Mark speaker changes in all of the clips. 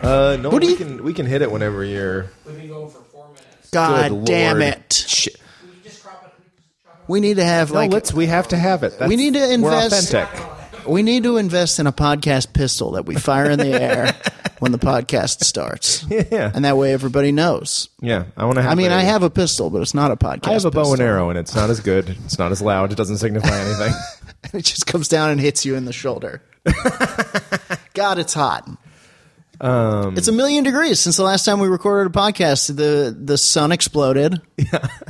Speaker 1: Uh, no,
Speaker 2: Who do
Speaker 1: we
Speaker 2: you-
Speaker 1: can we can hit it whenever you're.
Speaker 3: We've been going for four minutes.
Speaker 2: God
Speaker 1: Good
Speaker 2: Ah, damn
Speaker 1: Lord.
Speaker 2: it!
Speaker 3: Will you just crop it?
Speaker 2: We need to have
Speaker 1: No,
Speaker 2: like
Speaker 1: let's. We have to have it. That's-
Speaker 2: We need to invest-
Speaker 1: We're authentic.
Speaker 2: we need to invest in a podcast pistol that we fire in the air when the podcast starts.
Speaker 1: Yeah.
Speaker 2: and that way everybody knows.
Speaker 1: Yeah, I want to. Have
Speaker 2: I mean,
Speaker 1: a-
Speaker 2: I have a pistol, but it's not a podcast.
Speaker 1: I have a bow and
Speaker 2: pistol.
Speaker 1: arrow, and it's not as good. It's not as loud. It doesn't signify anything.
Speaker 2: It just comes down and hits you in the shoulder. God, it's hot. it's a million degrees since the last time we recorded a podcast. The the sun exploded.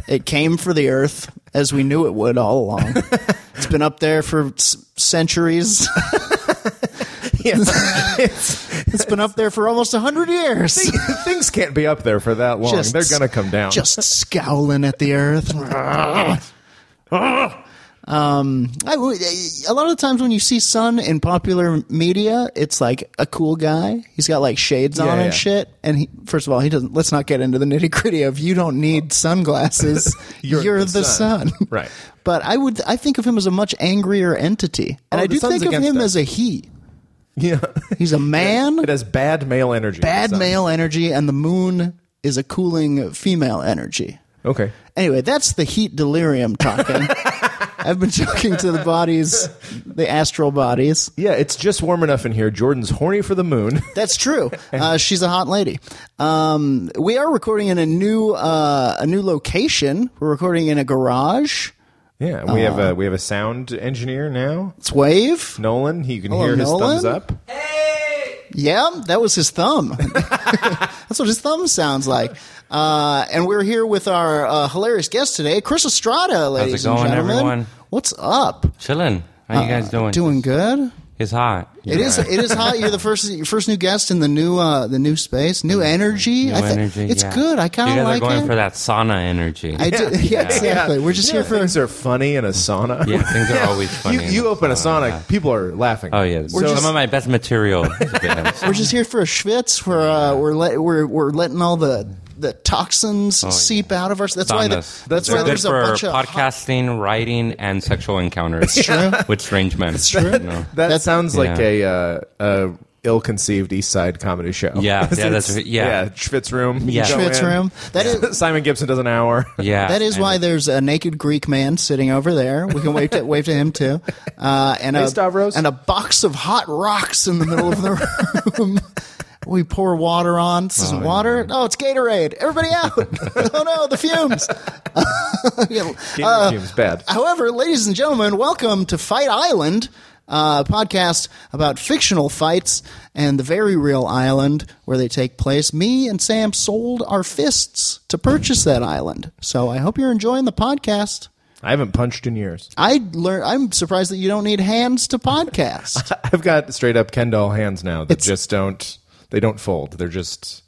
Speaker 2: It came for the Earth as we knew it would all along. it's been up there for s- centuries. it's been up there for almost hundred years.
Speaker 1: Things can't be up there for that long. They're gonna come down.
Speaker 2: Just scowling at the earth. um, I, a lot of the times when you see Sun in popular media, it's like a cool guy. He's got like shades on
Speaker 1: Yeah, yeah.
Speaker 2: and shit. And he, first of all, he doesn't. Let's not get into the nitty gritty of you don't need sunglasses. you're, the, sun,
Speaker 1: Right.
Speaker 2: But I would. I think of him as a much angrier entity, and
Speaker 1: Oh,
Speaker 2: I
Speaker 1: the
Speaker 2: do
Speaker 1: sun's
Speaker 2: think of
Speaker 1: against
Speaker 2: him
Speaker 1: us.
Speaker 2: as a he.
Speaker 1: yeah,
Speaker 2: He's a man
Speaker 1: it has bad male energy.
Speaker 2: bad
Speaker 1: So-
Speaker 2: male energy and the moon is a cooling female energy.
Speaker 1: Okay.
Speaker 2: Anyway, that's the heat delirium talking. I've been talking to the bodies, the astral bodies.
Speaker 1: Yeah, it's just warm enough in here. Jordan's horny for the moon.
Speaker 2: That's true. Uh, she's a hot lady. Um, we are recording in a new uh, a new location. We're recording in a garage.
Speaker 1: Yeah, we have a we have a sound engineer now,
Speaker 2: It's wave.
Speaker 1: Nolan. He can
Speaker 2: Hello,
Speaker 1: hear his
Speaker 2: Nolan.
Speaker 1: thumbs up.
Speaker 2: Yeah, that was his thumb. That's what his thumb sounds like. Uh, and we're here with our uh, hilarious guest today, Chris Estrada, ladies
Speaker 4: going,
Speaker 2: and gentlemen.
Speaker 4: everyone?
Speaker 2: What's up? Uh,
Speaker 4: Chilling. How you guys doing?
Speaker 2: Doing good.
Speaker 4: It's hot.
Speaker 2: It is. It is hot. You're the first. Your first new guest in the new. Uh, the new space. New energy.
Speaker 4: New
Speaker 2: I thi-
Speaker 4: energy.
Speaker 2: It's
Speaker 4: yeah.
Speaker 2: good. I kind
Speaker 4: You
Speaker 2: of
Speaker 4: guys
Speaker 2: like
Speaker 4: are going
Speaker 2: it.
Speaker 4: for that sauna energy.
Speaker 2: I do, yeah, exactly. We're just
Speaker 1: Yeah,
Speaker 2: here for.
Speaker 1: things are funny in a sauna.
Speaker 4: yeah, things are always funny.
Speaker 1: You
Speaker 4: in
Speaker 1: you
Speaker 4: a
Speaker 1: open a sauna,
Speaker 4: yeah.
Speaker 1: people are laughing.
Speaker 4: Oh yeah,
Speaker 1: So-
Speaker 4: some of my best material. has been
Speaker 2: We're just here for a schwitz. We're uh, we're let, we're we're letting all the the toxins seep out of us. That's why. The,
Speaker 4: saunas.
Speaker 2: that's
Speaker 4: Oh, They're
Speaker 2: why
Speaker 4: good
Speaker 2: there's a
Speaker 4: for
Speaker 2: bunch of
Speaker 4: podcasting, writing, and sexual encounters. with strange men. It's
Speaker 2: true.
Speaker 1: that
Speaker 2: That's-
Speaker 1: sounds like
Speaker 4: Yeah.
Speaker 1: a, uh, a ill-conceived East Side comedy show.
Speaker 4: Yeah, yeah, that's-
Speaker 1: It's-
Speaker 4: yeah.
Speaker 1: Schwitz room.
Speaker 4: Yeah.
Speaker 1: You go
Speaker 2: Schwitz
Speaker 1: in.
Speaker 2: room. That is.
Speaker 1: Simon Gibson does an hour.
Speaker 4: Yeah,
Speaker 2: That is
Speaker 4: and-
Speaker 2: why there's a naked Greek man sitting over there. We can wave to, wave to him too. Uh, and
Speaker 1: Hey,
Speaker 2: a,
Speaker 1: Stavros.
Speaker 2: and a box of hot rocks in the middle of the room. we pour water on. This isn't water. No, it's Gatorade. Everybody out! oh no, the fumes. Yeah,
Speaker 1: Uh, bad.
Speaker 2: However, ladies and gentlemen, welcome to Fight Island, uh, a podcast about fictional fights and the very real island where they take place. Me and Sam sold our fists to purchase that island. So I hope you're enjoying the podcast.
Speaker 1: I haven't punched in years.
Speaker 2: I learn. I'm surprised that you don't need hands to podcast.
Speaker 1: I've got straight up Ken doll hands now that
Speaker 2: It's-
Speaker 1: just don't. They don't fold. They're just,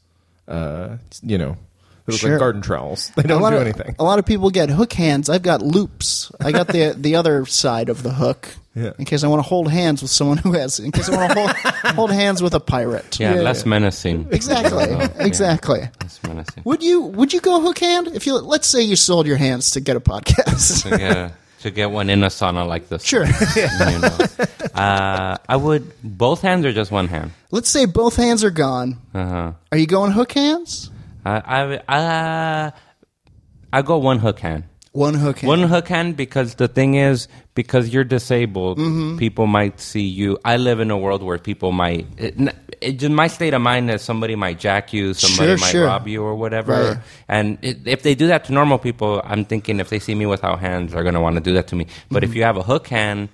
Speaker 1: uh, you know, they look
Speaker 2: Sure. Oh,
Speaker 1: like garden trowels. They
Speaker 2: a
Speaker 1: don't
Speaker 2: lot
Speaker 1: do
Speaker 2: of,
Speaker 1: anything.
Speaker 2: A lot of people get hook hands. I've got loops. I got the the other side of the hook.
Speaker 1: Yeah.
Speaker 2: In case I want to hold hands with someone who has. In case I want to hold, hold hands with a pirate.
Speaker 4: Yeah, less menacing.
Speaker 2: Exactly.
Speaker 4: Yeah,
Speaker 2: exactly.
Speaker 4: Less menacing.
Speaker 2: Would you would you go hook hand if you let's say you sold your hands to get a podcast?
Speaker 4: to get a- to get one in a sauna like this.
Speaker 2: Sure.
Speaker 4: You know. uh, I would both hands or just one hand.
Speaker 2: let's say both hands are gone.
Speaker 4: Uh-huh.
Speaker 2: Are you going hook hands?
Speaker 4: I I uh, I go one hook hand.
Speaker 2: One hook hand.
Speaker 4: One hook hand because the thing is because you're disabled,
Speaker 2: Mm-hmm.
Speaker 4: people might see you. I live in a world where people might. It, n- it, just my state of mind is somebody might jack you, somebody
Speaker 2: Sure,
Speaker 4: might
Speaker 2: sure.
Speaker 4: rob you or whatever.
Speaker 2: Right.
Speaker 4: And it, if they do that to
Speaker 2: Mm-hmm.
Speaker 4: normal people, I'm thinking if they see me without hands, they're gonna want to do that to me. But if you have a hook hand.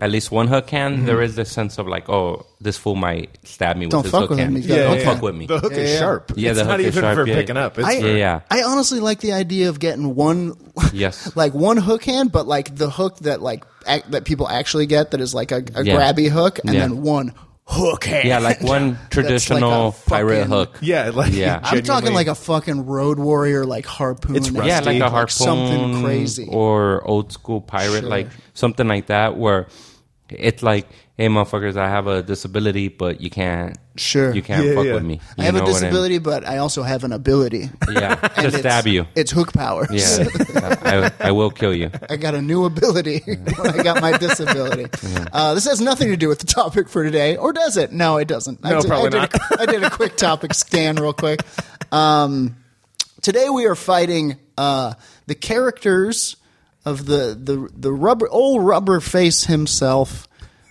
Speaker 4: at least one hook can, there is this sense of like, oh, this fool might stab me with
Speaker 2: Don't
Speaker 4: his
Speaker 2: fuck
Speaker 4: hook
Speaker 2: with him.
Speaker 4: hand.
Speaker 2: He's got
Speaker 1: a
Speaker 4: Don't
Speaker 1: hook
Speaker 4: fuck
Speaker 1: hand.
Speaker 4: with me.
Speaker 1: The hook
Speaker 2: Yeah, yeah.
Speaker 1: is sharp.
Speaker 4: Yeah, the
Speaker 1: it's not
Speaker 4: hook is
Speaker 1: even
Speaker 4: sharp,
Speaker 1: for
Speaker 4: yeah.
Speaker 1: picking up. It's
Speaker 2: I,
Speaker 1: for-
Speaker 4: yeah.
Speaker 2: I honestly like the idea of getting one,
Speaker 4: Yes.
Speaker 2: like one hook hand, but like the hook that like act, that people actually get that is like a, a
Speaker 4: Yeah.
Speaker 2: grabby hook, and
Speaker 4: Yeah.
Speaker 2: then one hook hand.
Speaker 4: Yeah, like one
Speaker 2: That's like a
Speaker 4: traditional
Speaker 2: fucking-
Speaker 4: pirate hook.
Speaker 1: yeah, like
Speaker 4: Yeah.
Speaker 2: I'm talking
Speaker 1: genuinely-
Speaker 2: like a fucking road warrior, like harpoon.
Speaker 1: It's
Speaker 2: and
Speaker 1: rusty.
Speaker 4: yeah, like a
Speaker 2: stuff,
Speaker 4: harpoon,
Speaker 2: something crazy.
Speaker 4: or old school pirate,
Speaker 2: Sure.
Speaker 4: like something like that, where it's like, hey, motherfuckers, I have a disability, but you can't,
Speaker 2: Sure.
Speaker 4: you can't
Speaker 1: Yeah,
Speaker 4: fuck
Speaker 1: yeah.
Speaker 4: with me.
Speaker 2: I
Speaker 4: You
Speaker 2: have a
Speaker 4: know what mean?
Speaker 2: disability, but I also have an ability.
Speaker 4: Yeah,
Speaker 2: And
Speaker 4: just
Speaker 2: it's-
Speaker 4: stab you.
Speaker 2: It's hook powers.
Speaker 4: Yeah, I, I will kill you.
Speaker 2: I got a new ability when I got my disability. Uh, this has nothing to do with the topic for today, or does it? No, it doesn't. I
Speaker 1: No, probably
Speaker 2: I did,
Speaker 1: not.
Speaker 2: A, I did a quick topic scan real quick. Um, today we are fighting uh, the characters of the the the rubber old rubber face himself.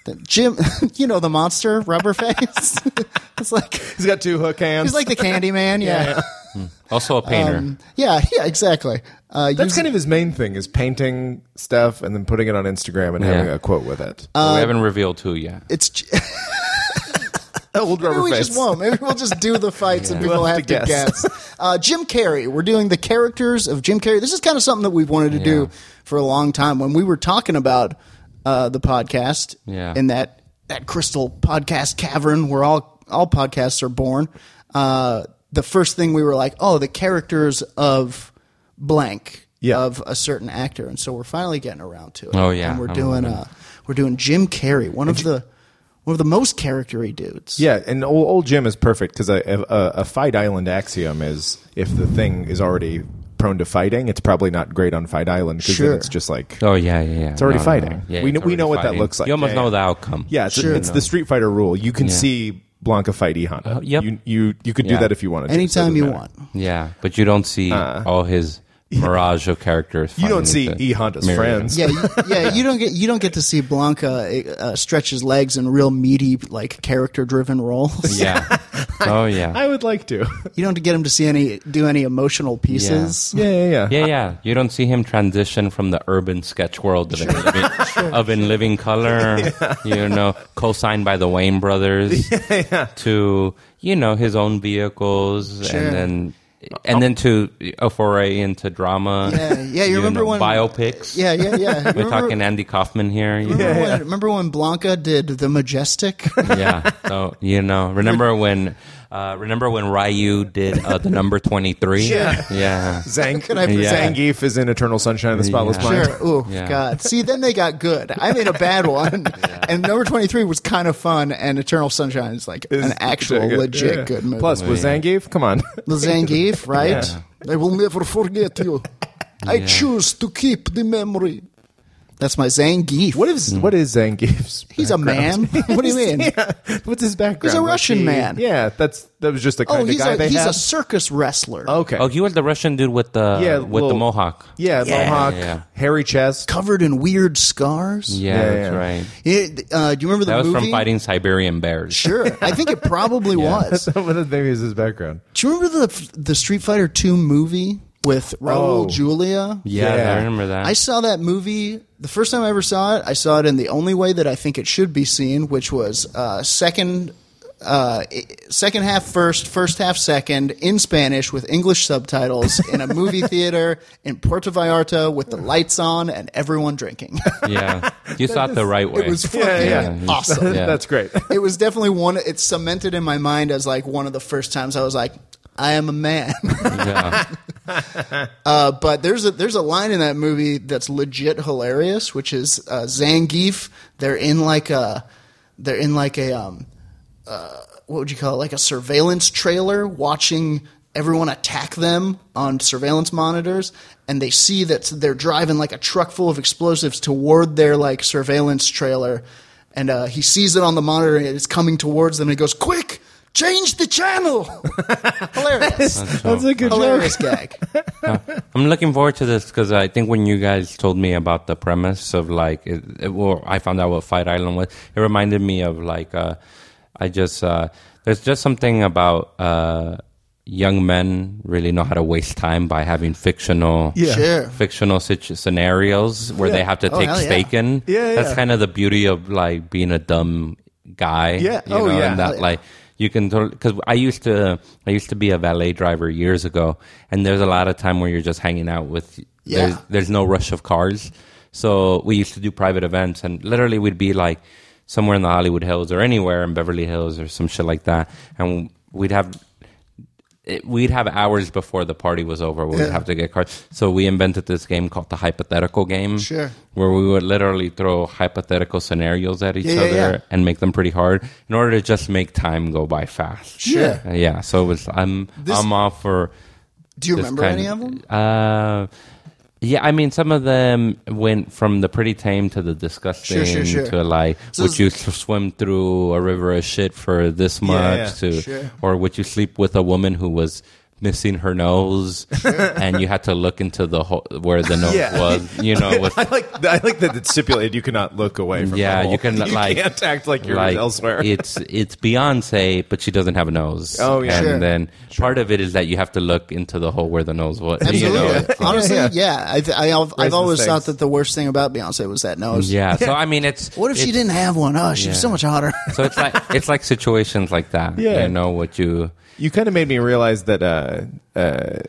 Speaker 2: The Jim, you know the monster rubber face. it's like
Speaker 1: He's got two hook hands.
Speaker 2: he's like the Candy Man. Yeah, Um,
Speaker 4: Also a painter.
Speaker 2: yeah, yeah, exactly. Uh,
Speaker 1: That's kind of his main thing is painting stuff and then putting it on Instagram and
Speaker 4: Yeah.
Speaker 1: having a quote with it.
Speaker 2: Uh,
Speaker 4: But we haven't revealed who yet.
Speaker 2: it's.
Speaker 1: Old rubber
Speaker 2: Maybe we
Speaker 1: face.
Speaker 2: just won't. Maybe we'll just do the fights and
Speaker 4: Yeah.
Speaker 2: people
Speaker 1: We'll
Speaker 2: have to guess. Uh, Jim Carrey. We're doing the characters of Jim Carrey. This is kind of something that we've wanted to do
Speaker 4: Yeah.
Speaker 2: for a long time. When we were talking about uh, the podcast
Speaker 4: Yeah.
Speaker 2: in that that crystal podcast cavern where all all podcasts are born, uh, the first thing we were like, oh, the characters of blank
Speaker 1: Yeah.
Speaker 2: of a certain actor, and so we're finally getting around to it.
Speaker 4: Oh, yeah.
Speaker 2: and we're
Speaker 4: I'm
Speaker 2: doing
Speaker 4: loving
Speaker 2: uh, we're doing Jim Carrey, one of the one of the most charactery dudes.
Speaker 1: Yeah, and old, old Jim is perfect because a, a, a Fight Island axiom is if the thing is already prone to fighting, it's probably not great on Fight Island because
Speaker 2: Sure.
Speaker 1: then it's just like
Speaker 4: Oh yeah, yeah, yeah. It's
Speaker 1: already fighting. We know- we know what that looks like.
Speaker 4: You almost
Speaker 1: Yeah,
Speaker 4: know
Speaker 1: yeah.
Speaker 4: the outcome.
Speaker 1: yeah, it's, it's the Street Fighter rule. You can see Blanca fight E Honda.
Speaker 4: Uh, yep.
Speaker 1: you you you could do
Speaker 4: Yeah.
Speaker 1: that if you wanted. to, so it
Speaker 2: Oh, anytime
Speaker 1: doesn't
Speaker 2: you
Speaker 1: matter.
Speaker 2: want.
Speaker 4: yeah. But you don't see all his mirage of characters.
Speaker 1: Uh. You
Speaker 4: fighting
Speaker 1: don't see
Speaker 4: with the
Speaker 1: E Honda's
Speaker 4: mirror.
Speaker 1: friends.
Speaker 2: Yeah, you- yeah. You don't get you don't get to see Blanca uh, stretch his legs in real meaty like character driven roles.
Speaker 4: Yeah. oh yeah.
Speaker 1: I would like to.
Speaker 2: You don't get him to see any do any emotional pieces.
Speaker 1: yeah, yeah, yeah.
Speaker 4: Yeah, yeah. You don't see him transition from the urban sketch world of, in, living, of in living color, you know, co-signed by the Wayne brothers, to you know his own vehicles,
Speaker 2: Sure. Uh, oh.
Speaker 4: and then and then to a foray into drama.
Speaker 2: Yeah, yeah, you remember
Speaker 4: know,
Speaker 2: when-
Speaker 4: biopics?
Speaker 2: Yeah, yeah, yeah.
Speaker 4: We're
Speaker 2: Remember-
Speaker 4: talking Andy Kaufman here. You know?
Speaker 2: Remember, when, remember when Blanca did the majestic?
Speaker 4: yeah. So you know, remember when? Uh, remember when Ryu did uh, the number twenty three?
Speaker 1: Yeah.
Speaker 4: yeah.
Speaker 1: Zang-
Speaker 2: Could I please-
Speaker 4: Yeah.
Speaker 1: Zangief is in Eternal Sunshine of the Spotless
Speaker 4: Yeah.
Speaker 1: Mind.
Speaker 2: Sure. Oh
Speaker 4: Yeah.
Speaker 2: God. See, then they got good. I made a bad one, and number twenty three was kind of fun. And Eternal Sunshine is like
Speaker 1: Is
Speaker 2: an actual
Speaker 1: good.
Speaker 2: legit
Speaker 1: Yeah.
Speaker 2: good movie.
Speaker 1: Plus, with Zangief, come on.
Speaker 2: The Zangief, right?
Speaker 4: Yeah.
Speaker 2: I will never forget you. I
Speaker 4: Yeah.
Speaker 2: choose to keep the memory. That's my Zangief.
Speaker 1: What is
Speaker 4: Hmm.
Speaker 1: what is Zangief's?
Speaker 2: He's a man. What do you mean?
Speaker 1: Yeah. What's his background?
Speaker 2: He's a
Speaker 1: Like
Speaker 2: Russian
Speaker 1: he-
Speaker 2: man.
Speaker 1: Yeah, that's that was just the kind
Speaker 2: Oh,
Speaker 1: of
Speaker 2: he's,
Speaker 1: guy
Speaker 2: a,
Speaker 1: they
Speaker 2: he's
Speaker 1: had.
Speaker 2: a circus wrestler.
Speaker 1: okay.
Speaker 4: Oh, he was the Russian dude with the
Speaker 1: yeah,
Speaker 4: with
Speaker 1: little-
Speaker 4: the mohawk.
Speaker 1: Yeah, mohawk,
Speaker 4: yeah.
Speaker 1: hairy chest.
Speaker 2: Covered in weird scars.
Speaker 4: Yeah,
Speaker 1: Yeah,
Speaker 4: that's
Speaker 1: yeah.
Speaker 4: right.
Speaker 2: It- uh, do you remember the
Speaker 4: That was
Speaker 2: movie?
Speaker 4: from fighting Siberian bears.
Speaker 2: Sure. I think it probably was.
Speaker 1: Maybe is his background.
Speaker 2: Do you remember the the Street Fighter 2 movie with
Speaker 1: Oh.
Speaker 2: Raul Julia?
Speaker 4: Yeah,
Speaker 1: Yeah.
Speaker 4: I remember that.
Speaker 2: I saw that movie the first time I ever saw it. I saw it in the only way that I think it should be seen, which was uh, second, uh, i- second half first, first half second in Spanish with English subtitles in a movie theater in Puerto Vallarta with the lights on and everyone drinking.
Speaker 4: yeah, you saw it the right way.
Speaker 2: it was fucking
Speaker 1: yeah,
Speaker 4: yeah.
Speaker 2: awesome.
Speaker 4: Yeah.
Speaker 1: That's great.
Speaker 2: It was definitely one. It's cemented in my mind as like one of the first times I was like, "I am a man."
Speaker 4: yeah.
Speaker 2: but there's a there's a line in that movie that's legit hilarious, which is uh, Zangief. They're in like a they're in like a um uh, what would you call it like a surveillance trailer watching everyone attack them on surveillance monitors and they see that they're driving like a truck full of explosives toward their like surveillance trailer and uh, he sees it on the monitor and it's coming towards them and he goes quick change the channel hilarious
Speaker 1: That's a good joke.
Speaker 2: hilarious gag
Speaker 4: I'm looking forward to this because I think when you guys told me about the premise of like, it, it, well, I found out what Fight Island was. It reminded me of like, uh, I just uh, there's just something about uh, young men really know how to waste time by having fictional
Speaker 1: Yeah.
Speaker 2: Sure.
Speaker 4: fictional situ- scenarios where they have to
Speaker 2: Oh,
Speaker 4: take
Speaker 2: hell yeah.
Speaker 4: stake in.
Speaker 1: Yeah,
Speaker 4: that's
Speaker 1: yeah.
Speaker 4: kind of the beauty of like being a dumb guy.
Speaker 1: Yeah.
Speaker 4: you
Speaker 1: Oh,
Speaker 4: know,
Speaker 1: yeah.
Speaker 4: and
Speaker 1: Hell
Speaker 4: that
Speaker 1: yeah.
Speaker 4: like you can because I used to I used to be a valet driver years ago, and there's a lot of time where you're just hanging out with.
Speaker 2: Yeah.
Speaker 4: There's, there's no rush of cars, so we used to do private events, and literally we'd be like somewhere in the Hollywood Hills or anywhere in Beverly Hills or some shit like that, and we'd have it, we'd have hours before the party was over where
Speaker 2: Yeah.
Speaker 4: we'd have to get cards. So we invented this game called the hypothetical game.
Speaker 2: Sure.
Speaker 4: Where we would literally throw hypothetical scenarios at each
Speaker 2: Yeah, yeah,
Speaker 4: other
Speaker 2: yeah.
Speaker 4: and make them pretty hard in order to just make time go by fast.
Speaker 2: Sure.
Speaker 4: Uh, yeah. So it was I'm I'm all for
Speaker 2: Do you
Speaker 4: this
Speaker 2: remember
Speaker 4: kind-
Speaker 2: any of them?
Speaker 4: Uh yeah, I mean, some of them went from the pretty tame to the disgusting
Speaker 2: Sure, sure, sure.
Speaker 4: to like,
Speaker 2: So
Speaker 4: would
Speaker 2: it's-
Speaker 4: you s- swim through a river of shit for this much?
Speaker 1: yeah.
Speaker 4: to,
Speaker 2: Sure.
Speaker 4: or would you sleep with a woman who was missing her nose and you had to look into the hole where the nose
Speaker 1: Yeah.
Speaker 4: was? You know, uh, with,
Speaker 1: I like I like that it's stipulated you cannot look away from.
Speaker 4: Yeah,
Speaker 1: the hole.
Speaker 4: you can, like-
Speaker 1: can't act like you're
Speaker 4: like
Speaker 1: elsewhere.
Speaker 4: it's it's Beyonce, but she doesn't have a nose.
Speaker 1: Oh, yeah.
Speaker 4: and
Speaker 2: Sure.
Speaker 4: then part of it is that you have to look into the hole where the nose was. You
Speaker 2: Absolutely.
Speaker 4: know,
Speaker 1: Yeah.
Speaker 2: Honestly,
Speaker 1: Yeah,
Speaker 2: yeah. I th- I, I've,
Speaker 1: Raise
Speaker 2: I've
Speaker 1: the
Speaker 2: always
Speaker 1: stakes.
Speaker 2: thought that the worst thing about Beyonce was that nose.
Speaker 4: yeah. So I mean, it's
Speaker 2: What if she
Speaker 4: it's-
Speaker 2: didn't have one? Oh, she was so much hotter.
Speaker 4: So it's like it's like situations like that.
Speaker 1: Yeah.
Speaker 4: you know what you.
Speaker 1: You kind of made me realize that uh, uh,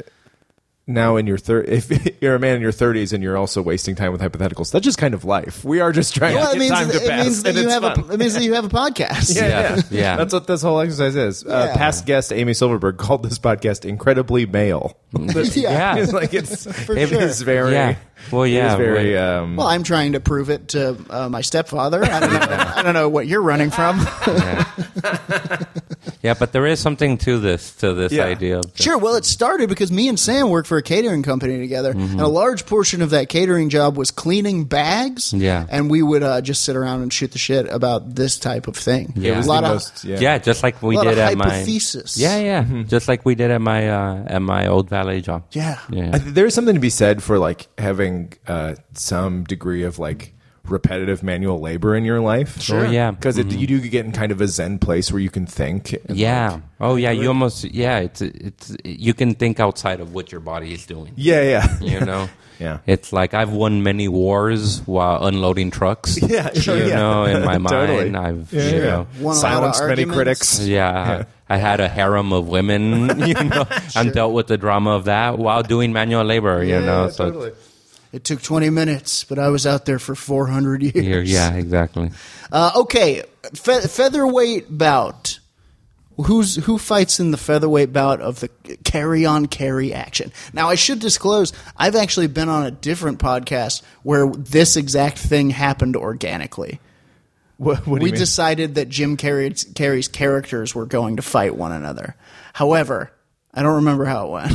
Speaker 1: now in your thir- if you're a man in your 30s and you're also wasting time with hypotheticals, that's just kind of life. We are just trying
Speaker 2: Well,
Speaker 1: to
Speaker 2: it
Speaker 1: get
Speaker 2: means,
Speaker 1: time to
Speaker 2: it
Speaker 1: pass.
Speaker 2: means that
Speaker 1: and
Speaker 2: you
Speaker 1: it's
Speaker 2: have
Speaker 1: fun.
Speaker 2: a, it means that you have a podcast.
Speaker 4: Yeah, yeah.
Speaker 1: That's what this whole exercise is. Uh,
Speaker 2: Yeah.
Speaker 1: past guest Amy Silverberg called this podcast incredibly male.
Speaker 2: Yeah.
Speaker 1: it's like it's it
Speaker 2: sure.
Speaker 1: is very
Speaker 4: Mm-hmm. Yeah. Well,
Speaker 1: it
Speaker 4: yeah,
Speaker 1: is very
Speaker 4: well-
Speaker 1: um,
Speaker 2: Well, I'm trying to prove it to uh, my stepfather. I don't, know, I don't know what you're running from.
Speaker 4: Yeah, but there is something to this to this
Speaker 1: Yeah.
Speaker 4: idea. Of the-
Speaker 2: Sure. Well, it started because me and Sam worked for a catering company together, and a large portion of that catering job was cleaning bags.
Speaker 4: Yeah.
Speaker 2: and we would uh, just sit around and shoot the shit about this type of thing.
Speaker 4: Yeah. It was
Speaker 2: a
Speaker 4: the
Speaker 2: lot of
Speaker 1: most- yeah.
Speaker 4: Yeah. just like we
Speaker 2: Lot of
Speaker 4: did at my
Speaker 2: hypothesis.
Speaker 4: Yeah, yeah,
Speaker 1: Mm-hmm.
Speaker 4: just like we did at my uh, at my old valet job.
Speaker 2: Yeah.
Speaker 4: yeah.
Speaker 1: I th- there's something to be said for like having uh, some degree of like repetitive manual labor in your life.
Speaker 4: Sure. Oh, yeah.
Speaker 1: because you do get in kind of a zen place where you can think. and,
Speaker 4: yeah.
Speaker 1: like-
Speaker 4: oh, yeah. You almost. Yeah. It's. It's. You can think outside of what your body is doing.
Speaker 1: yeah, yeah,
Speaker 4: You know.
Speaker 1: Yeah.
Speaker 4: It's like I've won many wars while unloading trucks.
Speaker 1: Yeah,
Speaker 4: You
Speaker 1: sure, yeah.
Speaker 4: know, in my mind,
Speaker 1: Totally.
Speaker 4: I've.
Speaker 1: Yeah,
Speaker 4: you
Speaker 1: yeah.
Speaker 4: know.
Speaker 2: Won a lot of
Speaker 1: Silenced many
Speaker 2: arguments.
Speaker 1: critics.
Speaker 4: Yeah. I had a harem of women, you know, and dealt with the drama of that while doing manual labor, you know. so
Speaker 1: totally.
Speaker 2: It took 20 minutes, but I was out there for 400 years.
Speaker 4: here, yeah, exactly.
Speaker 2: Uh, okay, Fe- featherweight bout. Who's who fights in the featherweight bout of the carry on carry action? Now, I should disclose I've actually been on a different podcast where this exact thing happened organically.
Speaker 1: What, what do
Speaker 2: we
Speaker 1: you mean?
Speaker 2: decided that Jim Carrey's, Carrey's characters were going to fight one another. However, I don't remember how it went.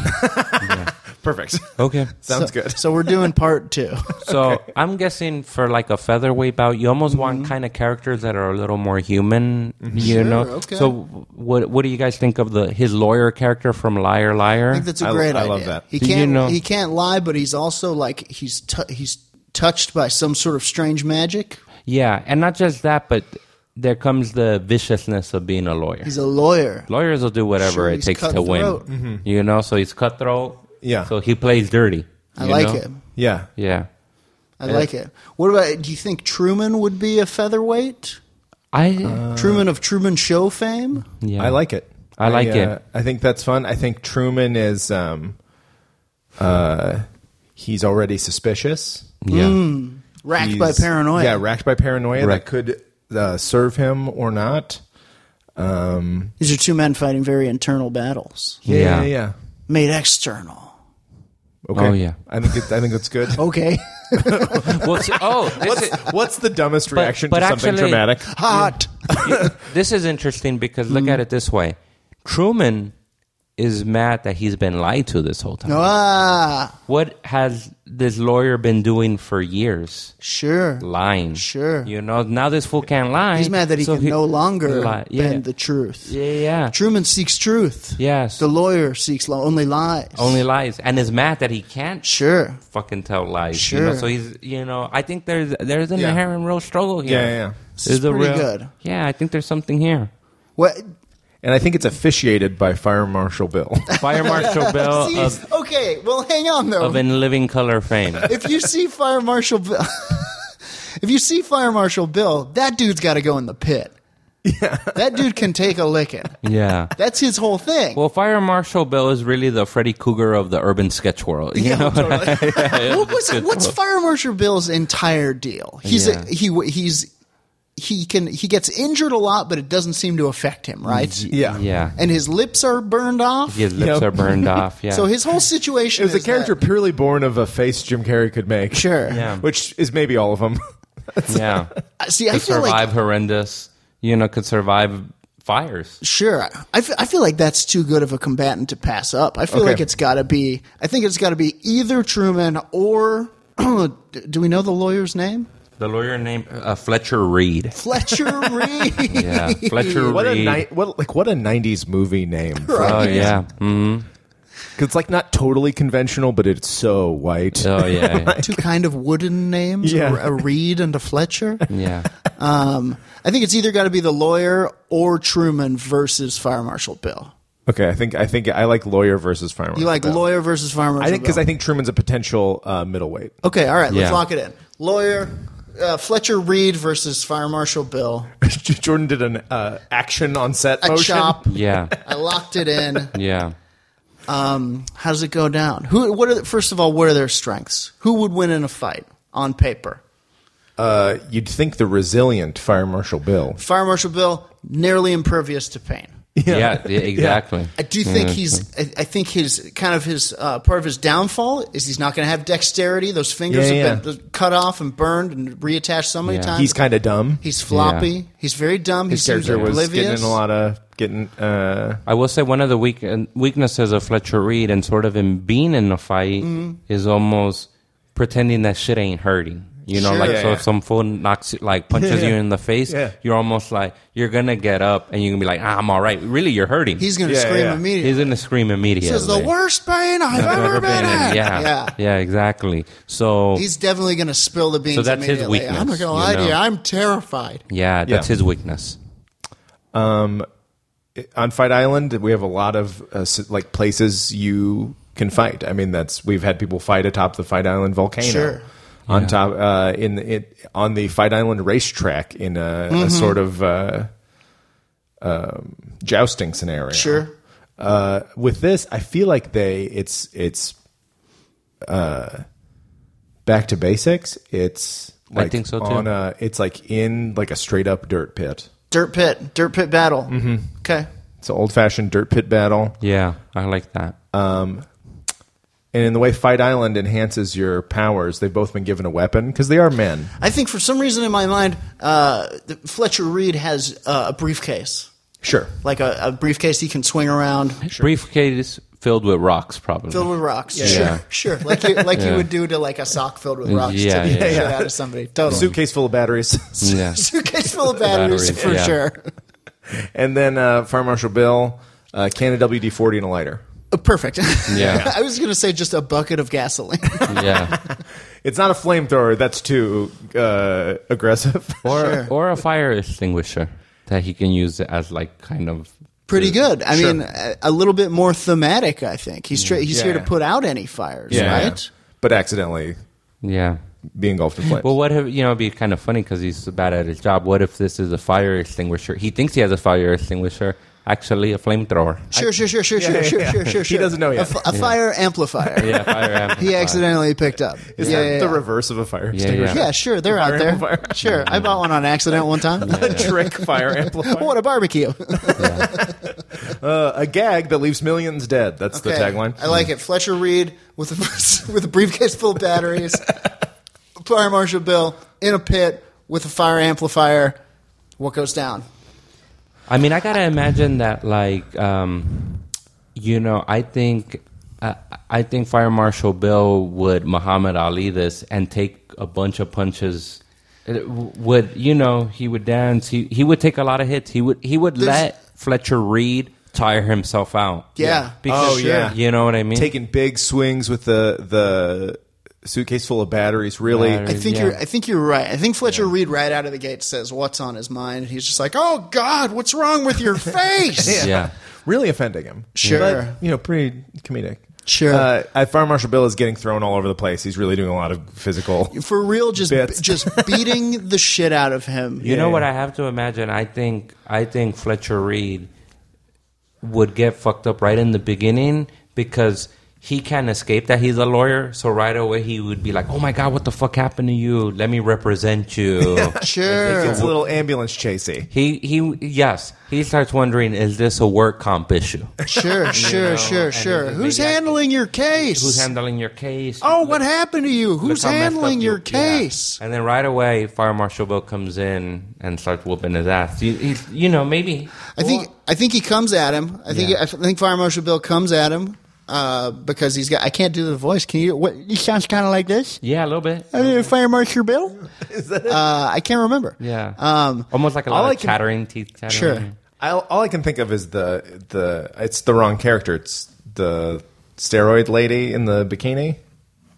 Speaker 1: perfect.
Speaker 4: Okay.
Speaker 1: Sounds good.
Speaker 2: so we're doing part two.
Speaker 4: So I'm guessing for like a featherweight bout, you almost want kind of characters that are a little more human, you know.
Speaker 2: okay.
Speaker 4: So what what do you guys think of the his lawyer character from Liar Liar?
Speaker 2: I think that's a
Speaker 1: I-
Speaker 2: great
Speaker 1: I
Speaker 2: idea.
Speaker 1: love that.
Speaker 2: He
Speaker 4: Do you
Speaker 2: can't
Speaker 4: know-
Speaker 2: he can't lie, but he's also like he's t- he's touched by some sort of strange magic.
Speaker 4: yeah, and not just that, but there comes the viciousness of being a lawyer.
Speaker 2: He's a lawyer.
Speaker 4: Lawyers will do whatever
Speaker 2: Sure,
Speaker 4: it
Speaker 2: he's
Speaker 4: takes to win.
Speaker 2: cutthroat. Mm-hmm.
Speaker 4: You know, so he's cutthroat.
Speaker 1: Yeah.
Speaker 4: So he plays dirty.
Speaker 2: I
Speaker 4: you
Speaker 2: like
Speaker 4: know?
Speaker 2: it.
Speaker 1: Yeah,
Speaker 4: Yeah.
Speaker 2: I like it. What about do you think Truman would be a featherweight? Uh,
Speaker 4: I
Speaker 2: Truman of Truman Show fame?
Speaker 4: yeah.
Speaker 1: I like it. uh,
Speaker 4: I like it.
Speaker 1: I think that's fun. I think Truman is um, uh, he's already suspicious.
Speaker 4: Yeah.
Speaker 2: mm. Racked
Speaker 1: He's-
Speaker 2: by paranoia.
Speaker 1: Yeah, racked by paranoia
Speaker 4: Right.
Speaker 1: that could uh, serve him or not.
Speaker 2: These are two men fighting very internal battles.
Speaker 4: Yeah.
Speaker 1: yeah. yeah.
Speaker 2: Made external.
Speaker 1: Okay.
Speaker 4: Oh, yeah.
Speaker 1: I think it, I think that's good.
Speaker 2: Okay.
Speaker 4: Well, see- oh, this is,
Speaker 1: What's the dumbest reaction
Speaker 4: but
Speaker 1: to something
Speaker 4: actually-
Speaker 1: dramatic?
Speaker 2: Hot.
Speaker 4: this is interesting because
Speaker 2: Mm.
Speaker 4: look at it this way: Truman is mad that he's been lied to this whole time.
Speaker 2: ah,
Speaker 4: What has this lawyer been doing for years?
Speaker 2: sure.
Speaker 4: Lying.
Speaker 2: Sure.
Speaker 4: You know, now this fool can't lie.
Speaker 2: He's mad that he
Speaker 4: so
Speaker 2: can no longer
Speaker 4: lie. Yeah.
Speaker 2: bend the truth.
Speaker 4: yeah, yeah.
Speaker 2: Truman seeks truth.
Speaker 4: Yes.
Speaker 2: The lawyer seeks lo- only lies.
Speaker 4: Only lies, and is mad that he can't
Speaker 2: Sure.
Speaker 4: fucking tell lies.
Speaker 2: Sure.
Speaker 4: You know? So he's, you know, I think there's there's an
Speaker 1: Yeah.
Speaker 4: inherent real struggle here.
Speaker 1: Yeah, yeah, yeah.
Speaker 4: There's a
Speaker 2: pretty
Speaker 4: real-
Speaker 2: good.
Speaker 4: Yeah, I think there's something here.
Speaker 2: What?
Speaker 1: and I think it's officiated by Fire Marshal Bill.
Speaker 4: Fire Marshal Bill
Speaker 2: See,
Speaker 4: of,
Speaker 2: okay, well, hang on though.
Speaker 4: Uh, of In Living Color fame.
Speaker 2: if you see Fire Marshal Bill, if you see Fire Marshal Bill, that dude's got to go in the pit. Yeah, that dude can take a licking.
Speaker 4: Yeah.
Speaker 2: That's his whole thing.
Speaker 4: Well, Fire Marshal Bill is really the Freddy Cougar of the urban sketch world. You know?
Speaker 2: what was it- what's Fire Marshal Bill's entire deal? He's
Speaker 4: Yeah.
Speaker 2: a, he w- he's he can he gets injured a lot, but it doesn't seem to affect him, right?
Speaker 1: yeah.
Speaker 4: Yeah.
Speaker 2: And his lips are burned off.
Speaker 4: His
Speaker 1: Yep.
Speaker 4: lips are burned off. Yeah.
Speaker 2: So his whole situation
Speaker 1: It was a
Speaker 2: is
Speaker 1: character
Speaker 2: that-
Speaker 1: purely born of a face Jim Carrey could make.
Speaker 2: sure.
Speaker 4: Yeah.
Speaker 1: Which is maybe all of them.
Speaker 4: yeah.
Speaker 2: I- See, I
Speaker 4: Could
Speaker 2: feel like
Speaker 4: survive horrendous, you know, could survive fires.
Speaker 2: sure. I fe- I feel like that's too good of a combatant to pass up. I feel
Speaker 1: Okay.
Speaker 2: like it's got to be. I think it's got to be either Truman or. Do we know the lawyer's name?
Speaker 4: The lawyer named uh, Fletcher Reed.
Speaker 2: Fletcher Reed.
Speaker 4: Yeah. Fletcher
Speaker 1: What a
Speaker 4: Reed.
Speaker 1: ni- what like what a '90s movie name.
Speaker 4: Oh, yeah. Mm.
Speaker 1: Because it's like not totally conventional, but it's so white.
Speaker 4: Oh, yeah.
Speaker 2: Two kind of wooden names, a-
Speaker 1: Yeah.
Speaker 2: a Reed and a Fletcher.
Speaker 4: yeah.
Speaker 2: I think it's either got to be the lawyer or Truman versus Fire Marshal Bill.
Speaker 1: Okay, I think I think I like lawyer versus farmer.
Speaker 2: You like lawyer versus Fire Marshal
Speaker 1: I think because
Speaker 2: Bill.
Speaker 1: I think Truman's a potential uh, middleweight.
Speaker 2: Okay, all right, let's
Speaker 4: Yeah.
Speaker 2: lock it in. Lawyer uh, Fletcher Reed versus Fire Marshal Bill.
Speaker 1: Jordan did an uh, action on set
Speaker 2: A
Speaker 1: motion.
Speaker 2: chop.
Speaker 4: Yeah.
Speaker 2: I locked it in.
Speaker 4: Yeah.
Speaker 2: How does it go down? Who? What are the, first of all? What are their strengths? Who would win in a fight on paper?
Speaker 1: Uh, you'd think the resilient Fire Marshal Bill.
Speaker 2: Fire Marshal Bill nearly impervious to pain.
Speaker 4: Yeah. yeah, exactly.
Speaker 2: I do think he's. I, I think his kind of his uh, part of his downfall is he's not going to have dexterity. Those fingers
Speaker 1: Yeah,
Speaker 2: have been cut off and burned and reattached so many
Speaker 4: Yeah.
Speaker 2: times.
Speaker 1: He's kind of dumb.
Speaker 2: He's floppy.
Speaker 4: Yeah.
Speaker 2: He's very dumb. His he seems
Speaker 1: character was
Speaker 2: oblivious.
Speaker 1: getting in a lot of getting. Uh,
Speaker 4: I will say one of the weak, uh, weaknesses of Fletcher Reed and sort of him being in the fight is almost pretending that shit ain't hurting. You know,
Speaker 2: Sure.
Speaker 4: like
Speaker 1: Yeah,
Speaker 4: so
Speaker 1: yeah.
Speaker 4: if some fool knocks you, like punches
Speaker 1: Yeah.
Speaker 4: you in the face,
Speaker 1: Yeah.
Speaker 4: you're almost like you're gonna get up and you're gonna be like, ah, I'm all right. Really, you're hurting.
Speaker 2: He's going to
Speaker 1: Yeah,
Speaker 2: scream
Speaker 1: yeah.
Speaker 2: immediately.
Speaker 4: He's gonna scream immediately.
Speaker 2: this is the worst pain I've
Speaker 4: I've
Speaker 2: ever
Speaker 4: ever
Speaker 2: been
Speaker 4: been in.
Speaker 2: in.
Speaker 4: Yeah. yeah, exactly. So
Speaker 2: He's definitely going to spill the beans.
Speaker 4: So that's his
Speaker 2: immediately.
Speaker 4: weakness,
Speaker 2: I'm not going to
Speaker 4: you
Speaker 2: lie to
Speaker 4: know.
Speaker 2: you. I'm terrified.
Speaker 4: yeah, that's
Speaker 1: Yeah.
Speaker 4: his weakness.
Speaker 1: on Fight Island, we have a lot of uh, s- like places you can fight. I mean, that's we've had people fight atop the Fight Island volcano.
Speaker 2: Sure.
Speaker 1: On top, uh, in the- it on the Fight Island racetrack, in a,
Speaker 2: Mm-hmm.
Speaker 1: a sort of uh, um, jousting scenario.
Speaker 2: Sure.
Speaker 1: Uh, with this, I feel like they it's it's uh, back to basics. It's like
Speaker 4: think so, too.
Speaker 1: On a, it's like in like a straight up dirt pit.
Speaker 2: Dirt pit. Dirt pit battle. Okay.
Speaker 1: It's an old fashioned dirt pit battle.
Speaker 4: Yeah, I like that.
Speaker 1: and in the way Fight Island enhances your powers, they've both been given a weapon because they are men.
Speaker 2: I think for some reason in my mind, uh, the- Fletcher Reed has uh, a briefcase,
Speaker 1: Sure.
Speaker 2: like a, a briefcase he can swing around,
Speaker 4: Briefcase filled with rocks, probably.
Speaker 2: filled with rocks.
Speaker 4: Yeah.
Speaker 2: Sure, sure. Like you, like you would do to like a sock filled with rocks
Speaker 4: Yeah,
Speaker 2: to beat
Speaker 4: yeah,
Speaker 2: the shit
Speaker 1: yeah.
Speaker 2: out of somebody. Totally.
Speaker 1: Suitcase full of batteries,
Speaker 4: yeah.
Speaker 2: Suitcase full of batteries,
Speaker 4: Batteries,
Speaker 2: for
Speaker 4: yeah.
Speaker 2: sure.
Speaker 1: and then uh, Fire Marshal Bill, uh, can of WD forty and a lighter.
Speaker 2: Uh, Perfect.
Speaker 4: Yeah.
Speaker 2: I was going to say just a bucket of gasoline.
Speaker 4: yeah.
Speaker 1: It's not a flamethrower. That's too uh, aggressive.
Speaker 4: or
Speaker 2: Oh,
Speaker 4: or a fire extinguisher that he can use as like kind of
Speaker 2: Pretty good. I mean, a, a little bit more thematic, I think. He's tra- he's
Speaker 1: Yeah,
Speaker 2: here to
Speaker 1: yeah.
Speaker 2: put out any fires, right?
Speaker 1: But accidentally
Speaker 4: yeah.
Speaker 1: be engulfed in flames.
Speaker 4: Well, what if you know? It'd be kind of funny because he's so bad at his job. What if this is a fire extinguisher? He thinks he has a fire extinguisher, actually a flamethrower.
Speaker 2: Sure, sure, sure, sure, sure,
Speaker 1: yeah,
Speaker 2: sure,
Speaker 1: yeah.
Speaker 2: sure, sure,
Speaker 1: He
Speaker 2: sure.
Speaker 1: doesn't know
Speaker 2: A
Speaker 1: yet.
Speaker 2: f- a fire amplifier.
Speaker 4: Yeah, fire
Speaker 2: He
Speaker 4: amplifier.
Speaker 2: accidentally picked up.
Speaker 1: Is
Speaker 2: yeah,
Speaker 1: that
Speaker 2: yeah,
Speaker 1: the
Speaker 2: yeah.
Speaker 1: reverse of a fire
Speaker 4: Yeah,
Speaker 1: extinguisher?
Speaker 2: Yeah, sure. They're out there. Sure. I bought one on accident one time.
Speaker 1: A trick fire amplifier.
Speaker 2: what a barbecue.
Speaker 1: Uh, a gag that leaves millions dead. That's the
Speaker 2: Okay.
Speaker 1: tagline.
Speaker 2: I like it. Fletcher Reed with a, with a briefcase full of batteries. fire Marshal Bill in a pit with a fire amplifier. What goes down?
Speaker 4: I mean, I gotta imagine that, like, um, you know, I think, uh, I think Fire Marshal Bill would Muhammad Ali this and take a bunch of punches. It would you know he would dance? He he would take a lot of hits. He would he would
Speaker 2: There's-
Speaker 4: let Fletcher Reed tire himself out.
Speaker 2: Yeah.
Speaker 4: because
Speaker 1: Oh, yeah.
Speaker 4: you know what I mean.
Speaker 1: Taking big swings with the the suitcase full of batteries. Really,
Speaker 4: Batteries.
Speaker 2: I think
Speaker 4: Yeah.
Speaker 2: you're. I think you're right. I think Fletcher Reed right out of the gate says what's on his mind, and he's just like, "Oh God, what's wrong with your face?"
Speaker 4: Yeah.
Speaker 1: really offending him.
Speaker 2: Sure.
Speaker 1: But, you know, pretty comedic.
Speaker 2: Sure.
Speaker 1: Uh, uh, Fire Marshal Bill is getting thrown all over the place. He's really doing a lot of physical.
Speaker 2: For real, just
Speaker 1: Bits.
Speaker 2: just beating the shit out of him.
Speaker 4: You know
Speaker 1: Yeah.
Speaker 4: what I have to imagine? I think I think Fletcher Reed would get fucked up right in the beginning because he can't escape that he's a lawyer. So right away he would be like, "Oh my god, what the fuck happened to you? Let me represent you."
Speaker 2: Sure.
Speaker 1: It's a little ambulance chasey.
Speaker 4: he he yes, he starts wondering, "Is this a work comp issue?
Speaker 2: Sure, sure,
Speaker 4: know,
Speaker 2: sure,
Speaker 4: and
Speaker 2: sure.
Speaker 4: it's
Speaker 2: Who's
Speaker 4: maybe I
Speaker 2: handling your case?
Speaker 4: Who's handling your case?"
Speaker 2: oh, what happened to you?
Speaker 4: Look
Speaker 2: Who's
Speaker 4: how messed
Speaker 2: handling
Speaker 4: up
Speaker 2: your
Speaker 4: you-
Speaker 2: case?
Speaker 4: Yeah. And then right away, Fire Marshal Bill comes in and starts whooping his ass. He, he's, you know, maybe
Speaker 2: I think I think he comes at him. I think
Speaker 4: Yeah.
Speaker 2: I think Fire Marshal Bill comes at him uh, because he's got. I can't do the voice. Can you? What? He sounds kind of like this.
Speaker 4: yeah, a little bit.
Speaker 2: Uh, Fire Marshal Bill. Uh, I can't remember.
Speaker 4: Yeah.
Speaker 2: Um,
Speaker 4: Almost like a
Speaker 1: all
Speaker 4: lot
Speaker 1: I
Speaker 4: of
Speaker 1: can-
Speaker 4: chattering, teeth chattering.
Speaker 2: Sure.
Speaker 1: i all I can think of is the the it's the wrong character. It's the steroid lady in the bikini. Do you know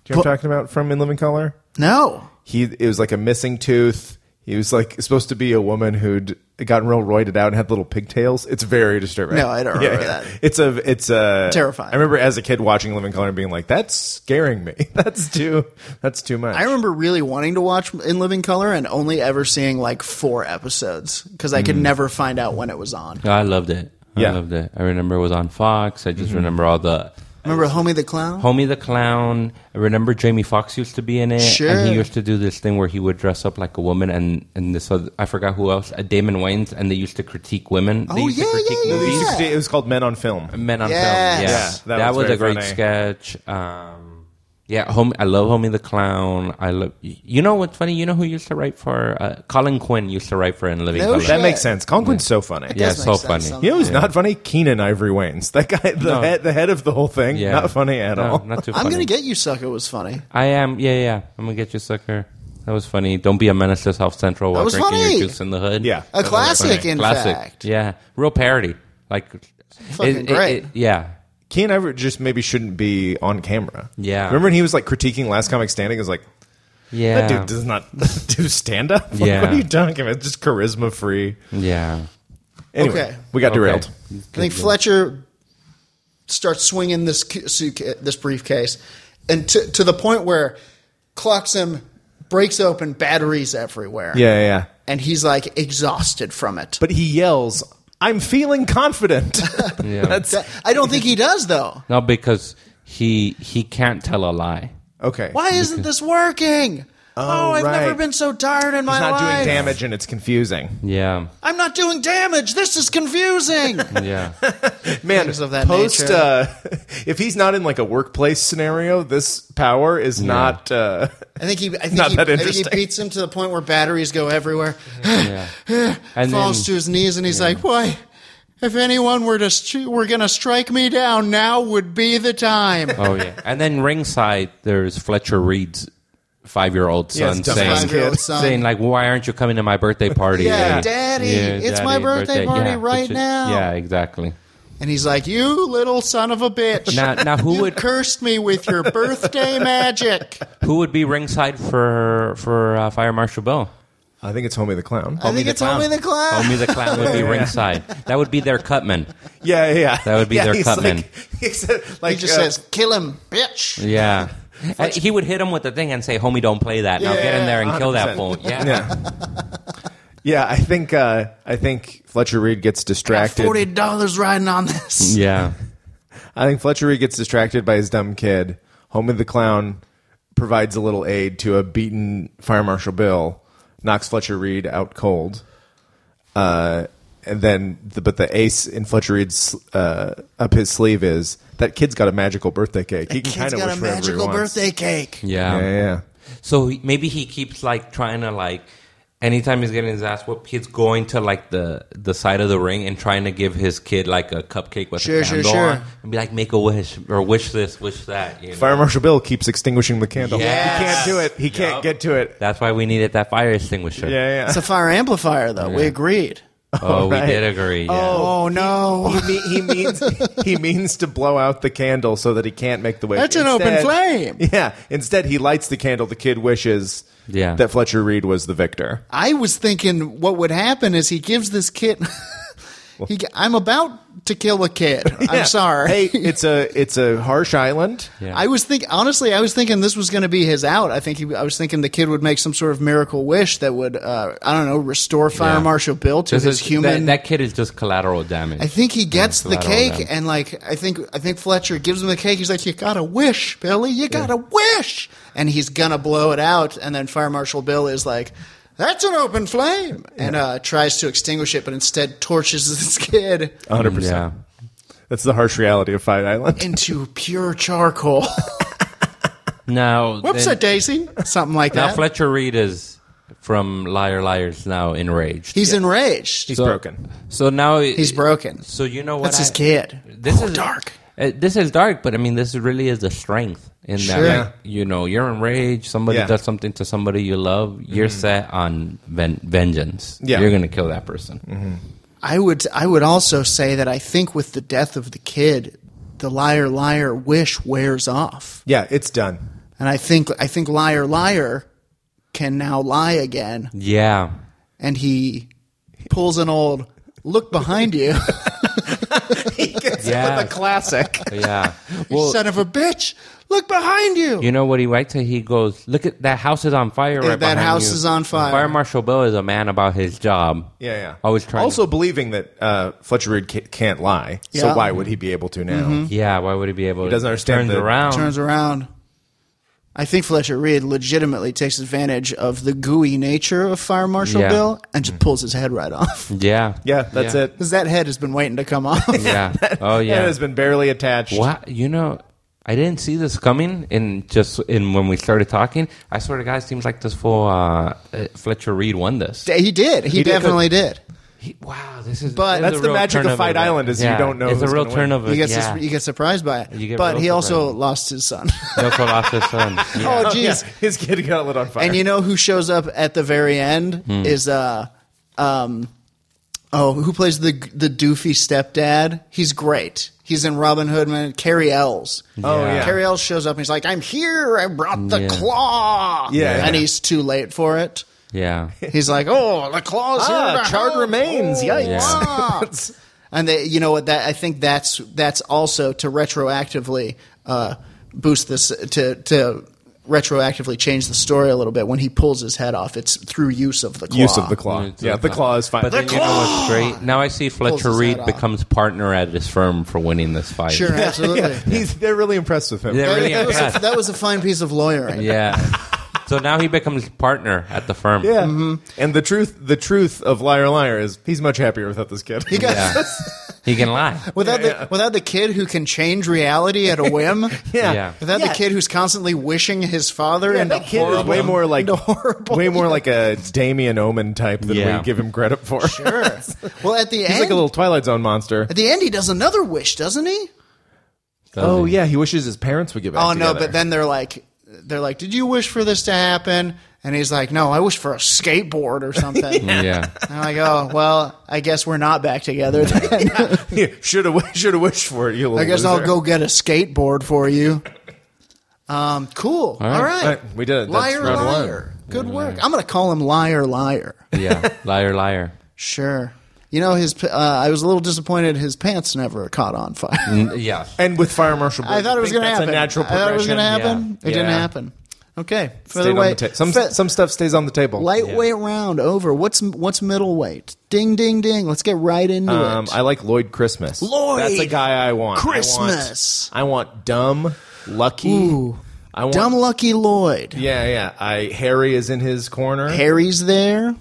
Speaker 1: what I'm talking about from In Living Color?
Speaker 2: No.
Speaker 1: He it was like a missing tooth. He was like supposed to be a woman who'd gotten real roided out and had little pigtails. It's very disturbing.
Speaker 2: No, I don't remember that.
Speaker 1: It's a it's a
Speaker 2: Terrifying.
Speaker 1: I remember as a kid watching Living Color and being like, "That's scaring me. That's too that's too much."
Speaker 2: I remember really wanting to watch In Living Color and only ever seeing like four episodes because I
Speaker 4: Mm.
Speaker 2: could never find out when it was on.
Speaker 4: No, I loved it.
Speaker 1: Yeah.
Speaker 4: I loved it. I remember it was on Fox. I just remember all the
Speaker 2: Remember Homie the Clown?
Speaker 4: Homie the Clown. I remember Jamie Foxx used to be in it. And
Speaker 2: Sure.
Speaker 4: he used to do this thing where he would dress up like a woman and, and this other, I forgot who else, uh, Damon Wayans, and they used to critique women. They
Speaker 2: Oh,
Speaker 4: used
Speaker 2: yeah,
Speaker 4: to critique
Speaker 2: yeah, yeah.
Speaker 1: It
Speaker 4: movies.
Speaker 1: was- it was called Men on Film.
Speaker 4: Men on
Speaker 2: Yes.
Speaker 4: Film. Yeah.
Speaker 2: Yeah,
Speaker 1: that
Speaker 4: that,
Speaker 1: was
Speaker 4: was,
Speaker 1: very
Speaker 4: a great
Speaker 1: funny.
Speaker 4: sketch. Um, yeah, home. I love Homie the Clown. I love. You know what's funny? You know who used to write for uh, Colin Quinn used to write for In Living
Speaker 2: No
Speaker 4: Color.
Speaker 2: shit.
Speaker 1: That makes sense. Conklin's so funny.
Speaker 4: Yeah,
Speaker 2: Does
Speaker 4: so
Speaker 2: make sense
Speaker 4: funny.
Speaker 2: sometimes.
Speaker 1: You know who's not funny? Keenan Ivory Waynes. That guy, the
Speaker 4: No.
Speaker 1: head, the head of the whole thing.
Speaker 4: Yeah.
Speaker 1: Not funny at
Speaker 4: No,
Speaker 1: all.
Speaker 4: Not too. Funny.
Speaker 2: I'm gonna get you, sucker. Was funny.
Speaker 4: I am. Yeah, yeah. I'm gonna get you, sucker. That was funny. Don't be a menace to South Central while
Speaker 2: was
Speaker 4: drinking
Speaker 2: funny.
Speaker 4: your juice in the hood.
Speaker 1: Yeah.
Speaker 2: A
Speaker 1: That was
Speaker 2: classic,
Speaker 1: funny.
Speaker 2: in
Speaker 4: classic.
Speaker 2: fact.
Speaker 4: Yeah, real parody. Like,
Speaker 2: Fucking great.
Speaker 4: yeah,
Speaker 1: Keenan Ivory just maybe shouldn't be on camera.
Speaker 4: Yeah.
Speaker 1: Remember when he was like critiquing Last Comic Standing? Is like that
Speaker 4: yeah,
Speaker 1: dude does not do stand up. Like,
Speaker 4: Yeah.
Speaker 1: What are you talking about? Just charisma free.
Speaker 4: yeah.
Speaker 1: Anyway,
Speaker 2: Okay.
Speaker 1: we got
Speaker 4: Okay.
Speaker 1: derailed.
Speaker 2: I think Fletcher starts swinging this cu- suitca- this briefcase, and to to the point where clocks him, breaks open, batteries everywhere.
Speaker 1: Yeah, yeah, yeah.
Speaker 2: and he's like exhausted from it.
Speaker 1: But he yells, "I'm feeling confident."
Speaker 4: Yeah.
Speaker 1: That's
Speaker 2: That- I don't think he does though.
Speaker 4: No, because he he can't tell a lie.
Speaker 1: okay.
Speaker 2: Why isn't this working? Oh, I've
Speaker 1: right.
Speaker 2: never been so tired in my
Speaker 1: He's not
Speaker 2: life.
Speaker 1: doing damage and it's confusing.
Speaker 4: Yeah,
Speaker 2: I'm not doing damage. This is confusing.
Speaker 4: yeah.
Speaker 1: Man,
Speaker 2: Things of that
Speaker 1: post
Speaker 2: nature.
Speaker 1: uh if he's not in like a workplace scenario, this power is not uh
Speaker 2: I think he. I think
Speaker 1: Not
Speaker 2: he,
Speaker 1: that
Speaker 2: I think he
Speaker 1: interesting.
Speaker 2: beats him to the point where batteries go everywhere.
Speaker 4: And
Speaker 2: falls to
Speaker 4: then,
Speaker 2: his knees and he's like, "Why? If anyone were to st- were gonna strike me down, now would be the time."
Speaker 4: oh yeah, and then ringside there's Fletcher Reed's five-year-old son
Speaker 1: dumbass
Speaker 4: saying,
Speaker 1: kid.
Speaker 2: Five-year-old son.
Speaker 4: saying like, "Why aren't you coming to my birthday party?"
Speaker 2: Yeah, Daddy, it's my birthday party
Speaker 4: Yeah,
Speaker 2: right
Speaker 4: which is-
Speaker 2: now.
Speaker 4: Yeah, exactly.
Speaker 2: And he's like, "You little son of a bitch!
Speaker 4: Now, now who
Speaker 2: you
Speaker 4: would
Speaker 2: cursed me with your birthday magic."
Speaker 4: who would be ringside for for uh, Fire Marshal Bill?
Speaker 1: I think it's Homie the Clown.
Speaker 2: I think
Speaker 4: the
Speaker 2: it's Homie the Clown.
Speaker 4: Homie the Clown would be ringside. That would be their cutman.
Speaker 1: Yeah, yeah, yeah.
Speaker 4: That would be
Speaker 1: yeah,
Speaker 4: their
Speaker 1: he's
Speaker 4: Cutman.
Speaker 1: Like, except,
Speaker 2: he
Speaker 1: like
Speaker 2: just
Speaker 1: uh,
Speaker 2: says, "Kill him, bitch."
Speaker 4: Yeah. And Uh, he would hit him with the thing and say, "Homie, don't play that. Now get in there and kill that
Speaker 1: 100%.
Speaker 4: fool." Yeah.
Speaker 1: Yeah. yeah, I think uh I think Fletcher Reed gets distracted.
Speaker 2: Forty dollars riding on this.
Speaker 4: Yeah.
Speaker 1: I think Fletcher Reed gets distracted by his dumb kid. Homie the Clown provides a little aid to a beaten Fire Marshal Bill, knocks Fletcher Reed out cold. Uh, and then, the, but the ace in Fletcher Reed's uh, up his sleeve is that kid's got a magical birthday cake. He can kind
Speaker 2: Kid's
Speaker 1: of
Speaker 2: got
Speaker 1: wish
Speaker 2: a
Speaker 1: for whatever he
Speaker 2: magical
Speaker 1: wants.
Speaker 2: birthday cake.
Speaker 4: Yeah.
Speaker 1: Yeah, yeah, yeah.
Speaker 4: So he- maybe he keeps like trying to like anytime he's getting his ass whooped, he's going to like the the side of the ring and trying to give his kid like a cupcake with
Speaker 2: Sure,
Speaker 4: a
Speaker 2: sure,
Speaker 4: candle
Speaker 2: sure.
Speaker 4: on and be like, "Make a wish or wish this, wish that." You know?
Speaker 1: Fire Marshal Bill keeps extinguishing the candle.
Speaker 4: Yes.
Speaker 1: He can't do it. He can't
Speaker 4: Yup.
Speaker 1: get to it.
Speaker 4: That's why we needed that fire extinguisher.
Speaker 1: Yeah, yeah.
Speaker 2: It's a fire amplifier, though. We agreed.
Speaker 4: Oh,
Speaker 1: right.
Speaker 4: we did agree. Yeah.
Speaker 2: Oh no.
Speaker 1: He, he means he means to blow out the candle so that he can't make the wish.
Speaker 2: That's an open flame.
Speaker 1: Yeah. Instead, he lights the candle. The kid wishes
Speaker 4: Yeah.
Speaker 1: that Fletcher Reed was the victor.
Speaker 2: I was thinking what would happen is he gives this kid. he, I'm about to kill a kid.
Speaker 1: Yeah.
Speaker 2: I'm sorry.
Speaker 1: Hey, it's a it's a harsh island.
Speaker 4: Yeah.
Speaker 2: I was think honestly, I was thinking this was going to be his out. I think he, I was thinking the kid would make some sort of miracle wish that would, uh, I don't know, restore Fire
Speaker 4: Yeah.
Speaker 2: Marshal Bill to
Speaker 4: This
Speaker 2: his
Speaker 4: is- that-
Speaker 2: human.
Speaker 4: That, kid is just collateral damage.
Speaker 2: I think he gets the
Speaker 4: collateral
Speaker 2: cake,
Speaker 4: damage.
Speaker 2: and like I think I think Fletcher gives him the cake. He's like, "You got a wish, Billy. You got a wish," and he's gonna blow it out. And then Fire Marshal Bill is like, "That's an open flame," and uh, tries to extinguish it, but instead torches this kid
Speaker 1: Hundred percent. That's the harsh reality of Fight Island.
Speaker 2: into pure charcoal.
Speaker 4: Yeah. Now,
Speaker 2: Whoops, a
Speaker 4: then-
Speaker 2: daisy, something like
Speaker 4: now
Speaker 2: that.
Speaker 4: Fletcher Reed is from Liar Liars now enraged.
Speaker 2: he's enraged.
Speaker 1: He's
Speaker 4: So-
Speaker 1: broken.
Speaker 4: so now
Speaker 2: He's broken.
Speaker 4: So you know what?
Speaker 2: That's his
Speaker 4: I-
Speaker 2: kid.
Speaker 4: This
Speaker 2: Oh,
Speaker 4: is
Speaker 2: dark.
Speaker 4: uh, this is dark, but I mean, this really is the strength in
Speaker 2: Sure.
Speaker 4: that. like, you know, you're enraged. Somebody
Speaker 1: Yeah.
Speaker 4: does something to somebody you love. You're set on ven- vengeance.
Speaker 1: Yeah.
Speaker 4: you're gonna kill that person.
Speaker 2: I would I would also say that I think with the death of the kid, the liar liar wish wears off.
Speaker 1: Yeah, it's done.
Speaker 2: And I think I think liar liar can now lie again
Speaker 4: Yeah,
Speaker 2: and he pulls an old look behind you
Speaker 4: yeah,
Speaker 2: classic.
Speaker 4: yeah.
Speaker 2: You
Speaker 4: Well,
Speaker 2: son of a bitch, look behind you.
Speaker 4: you know what he writes? He goes, "Look at that house is on fire right
Speaker 2: that
Speaker 4: behind
Speaker 2: house
Speaker 4: you."
Speaker 2: is on fire.
Speaker 4: Fire Marshal Bill is a man about his job.
Speaker 1: Yeah, yeah.
Speaker 4: Always trying.
Speaker 1: Also believing that uh, Fletcher Reed ca- can't lie.
Speaker 2: Yeah. Mm-hmm.
Speaker 1: So why would he be able to now?
Speaker 4: to, yeah. Why would he be able? He
Speaker 1: doesn't understand
Speaker 4: Turns
Speaker 1: the-
Speaker 4: around.
Speaker 2: turns around. I think Fletcher Reed legitimately takes advantage of the gooey nature of Fire Marshal
Speaker 4: Yeah. Mm.
Speaker 2: Bill and just pulls his head right off.
Speaker 4: yeah.
Speaker 1: Yeah, that's
Speaker 4: Yeah.
Speaker 1: it.
Speaker 2: Because that head has been waiting to come off.
Speaker 4: Yeah. oh yeah.
Speaker 1: It has been barely attached.
Speaker 4: Wow, you know, I didn't see this coming. In just in when we started talking, I swear to God, it seems like this fool uh, uh, Fletcher Reed won this.
Speaker 2: He did. He,
Speaker 1: did.
Speaker 2: definitely did.
Speaker 4: He- wow, this is.
Speaker 2: But-
Speaker 4: this is
Speaker 2: That's
Speaker 4: a
Speaker 1: the
Speaker 4: real
Speaker 1: magic of
Speaker 4: turn
Speaker 1: Fight
Speaker 4: event.
Speaker 1: Island is you don't know
Speaker 4: It's a
Speaker 1: who's
Speaker 4: real
Speaker 1: gonna
Speaker 4: turn
Speaker 1: win.
Speaker 4: of
Speaker 2: You get,
Speaker 4: yeah.
Speaker 2: sus- you get surprised by it.
Speaker 4: You get
Speaker 2: but
Speaker 4: real
Speaker 2: he also
Speaker 4: surprised.
Speaker 2: lost his son.
Speaker 4: No Colossus son. Yeah.
Speaker 2: oh,
Speaker 1: Yeah,
Speaker 2: jeez.
Speaker 1: his kid got lit on fire.
Speaker 2: And you know who shows up at the very end
Speaker 1: Hmm.
Speaker 2: is uh, um, oh, who plays the the doofy stepdad? He's great. He's in Robin Hood. Man, Carrie Ells.
Speaker 1: oh yeah,
Speaker 2: Carrie Ells shows up and he's like, "I'm here. I brought the
Speaker 4: Yeah.
Speaker 2: claw."
Speaker 1: Yeah.
Speaker 2: and he's too late for it.
Speaker 4: yeah.
Speaker 2: He's like, "Oh, the claw's here."
Speaker 1: ah,
Speaker 2: to
Speaker 1: charred
Speaker 2: help. Oh,
Speaker 1: remains. Yikes.
Speaker 4: Yeah.
Speaker 2: Ah. and they, you know what? That I think that's that's also to retroactively uh, boost this to to retroactively change the story a little bit when he pulls his head off. It's through use of the claw.
Speaker 1: Use of the claw.
Speaker 4: It's
Speaker 1: Yeah,
Speaker 4: like
Speaker 1: the
Speaker 4: that.
Speaker 1: claw is fine.
Speaker 4: But then you know what's great? Now I see Fletcher
Speaker 2: his
Speaker 4: Reed
Speaker 2: head off.
Speaker 4: becomes partner at his firm for winning this fight.
Speaker 2: Sure, absolutely.
Speaker 1: yeah, he's, they're really impressed with him.
Speaker 4: They're
Speaker 2: That,
Speaker 4: really
Speaker 2: that was a,
Speaker 4: impressed.
Speaker 2: that was a fine piece of lawyering.
Speaker 4: Yeah. so now he becomes partner at the firm.
Speaker 1: Yeah.
Speaker 2: Mm-hmm.
Speaker 1: And the truth, the truth of liar, liar is he's much happier without this kid.
Speaker 2: He got-
Speaker 4: Yeah. He can lie.
Speaker 2: Without the without the kid who can change reality at a whim,
Speaker 1: yeah.
Speaker 4: Yeah.
Speaker 2: without
Speaker 1: Yeah.
Speaker 2: the kid who's constantly wishing his father
Speaker 1: Yeah,
Speaker 2: and
Speaker 1: that kid is way more like way more like a Damien Omen type than
Speaker 4: Yeah.
Speaker 1: we give him credit for.
Speaker 2: Sure. Well, at the
Speaker 1: he's
Speaker 2: end,
Speaker 1: like a little Twilight Zone monster.
Speaker 2: at the end, he does another wish, doesn't he?
Speaker 1: Oh yeah, he wishes his parents would get back.
Speaker 2: oh no
Speaker 1: together.
Speaker 2: but then they're like they're like did you wish for this to happen and he's like no i wish for a skateboard or something
Speaker 4: Yeah.
Speaker 2: and i'm like oh well i guess we're not back together then.
Speaker 1: Yeah, should have should have wished for it. You little
Speaker 2: i guess i'll
Speaker 1: loser.
Speaker 2: go get a skateboard for you um cool all
Speaker 4: right.
Speaker 2: right,
Speaker 1: All right, we did it. That's
Speaker 2: liar
Speaker 1: round one.
Speaker 2: liar good work i'm gonna call him liar liar
Speaker 4: Yeah. Liar, liar.
Speaker 2: sure you know his p- uh, i was a little disappointed his pants never caught on fire
Speaker 4: Yeah.
Speaker 1: And with Fire Marshal, Bill,
Speaker 2: i thought it
Speaker 1: you
Speaker 2: was
Speaker 1: think
Speaker 2: gonna
Speaker 1: that's
Speaker 2: happen
Speaker 1: A natural
Speaker 2: i thought it was gonna
Speaker 1: progression?
Speaker 2: happen
Speaker 4: Yeah.
Speaker 2: it didn't
Speaker 4: Yeah.
Speaker 2: happen okay
Speaker 1: Stayed
Speaker 2: further
Speaker 1: on
Speaker 2: away
Speaker 1: the ta- some
Speaker 2: fe-
Speaker 1: some stuff stays on the table.
Speaker 2: Lightweight round over. What's what's middleweight? Ding ding ding. Let's get right into
Speaker 1: Um,
Speaker 2: it.
Speaker 1: I like Lloyd Christmas.
Speaker 2: Lloyd
Speaker 1: that's a guy I want. I want-
Speaker 2: Christmas.
Speaker 1: I want, dumb, lucky.
Speaker 2: Ooh.
Speaker 1: I want
Speaker 2: Dumb Lucky Lloyd.
Speaker 1: Yeah, yeah. I Harry is in his corner.
Speaker 2: Harry's there.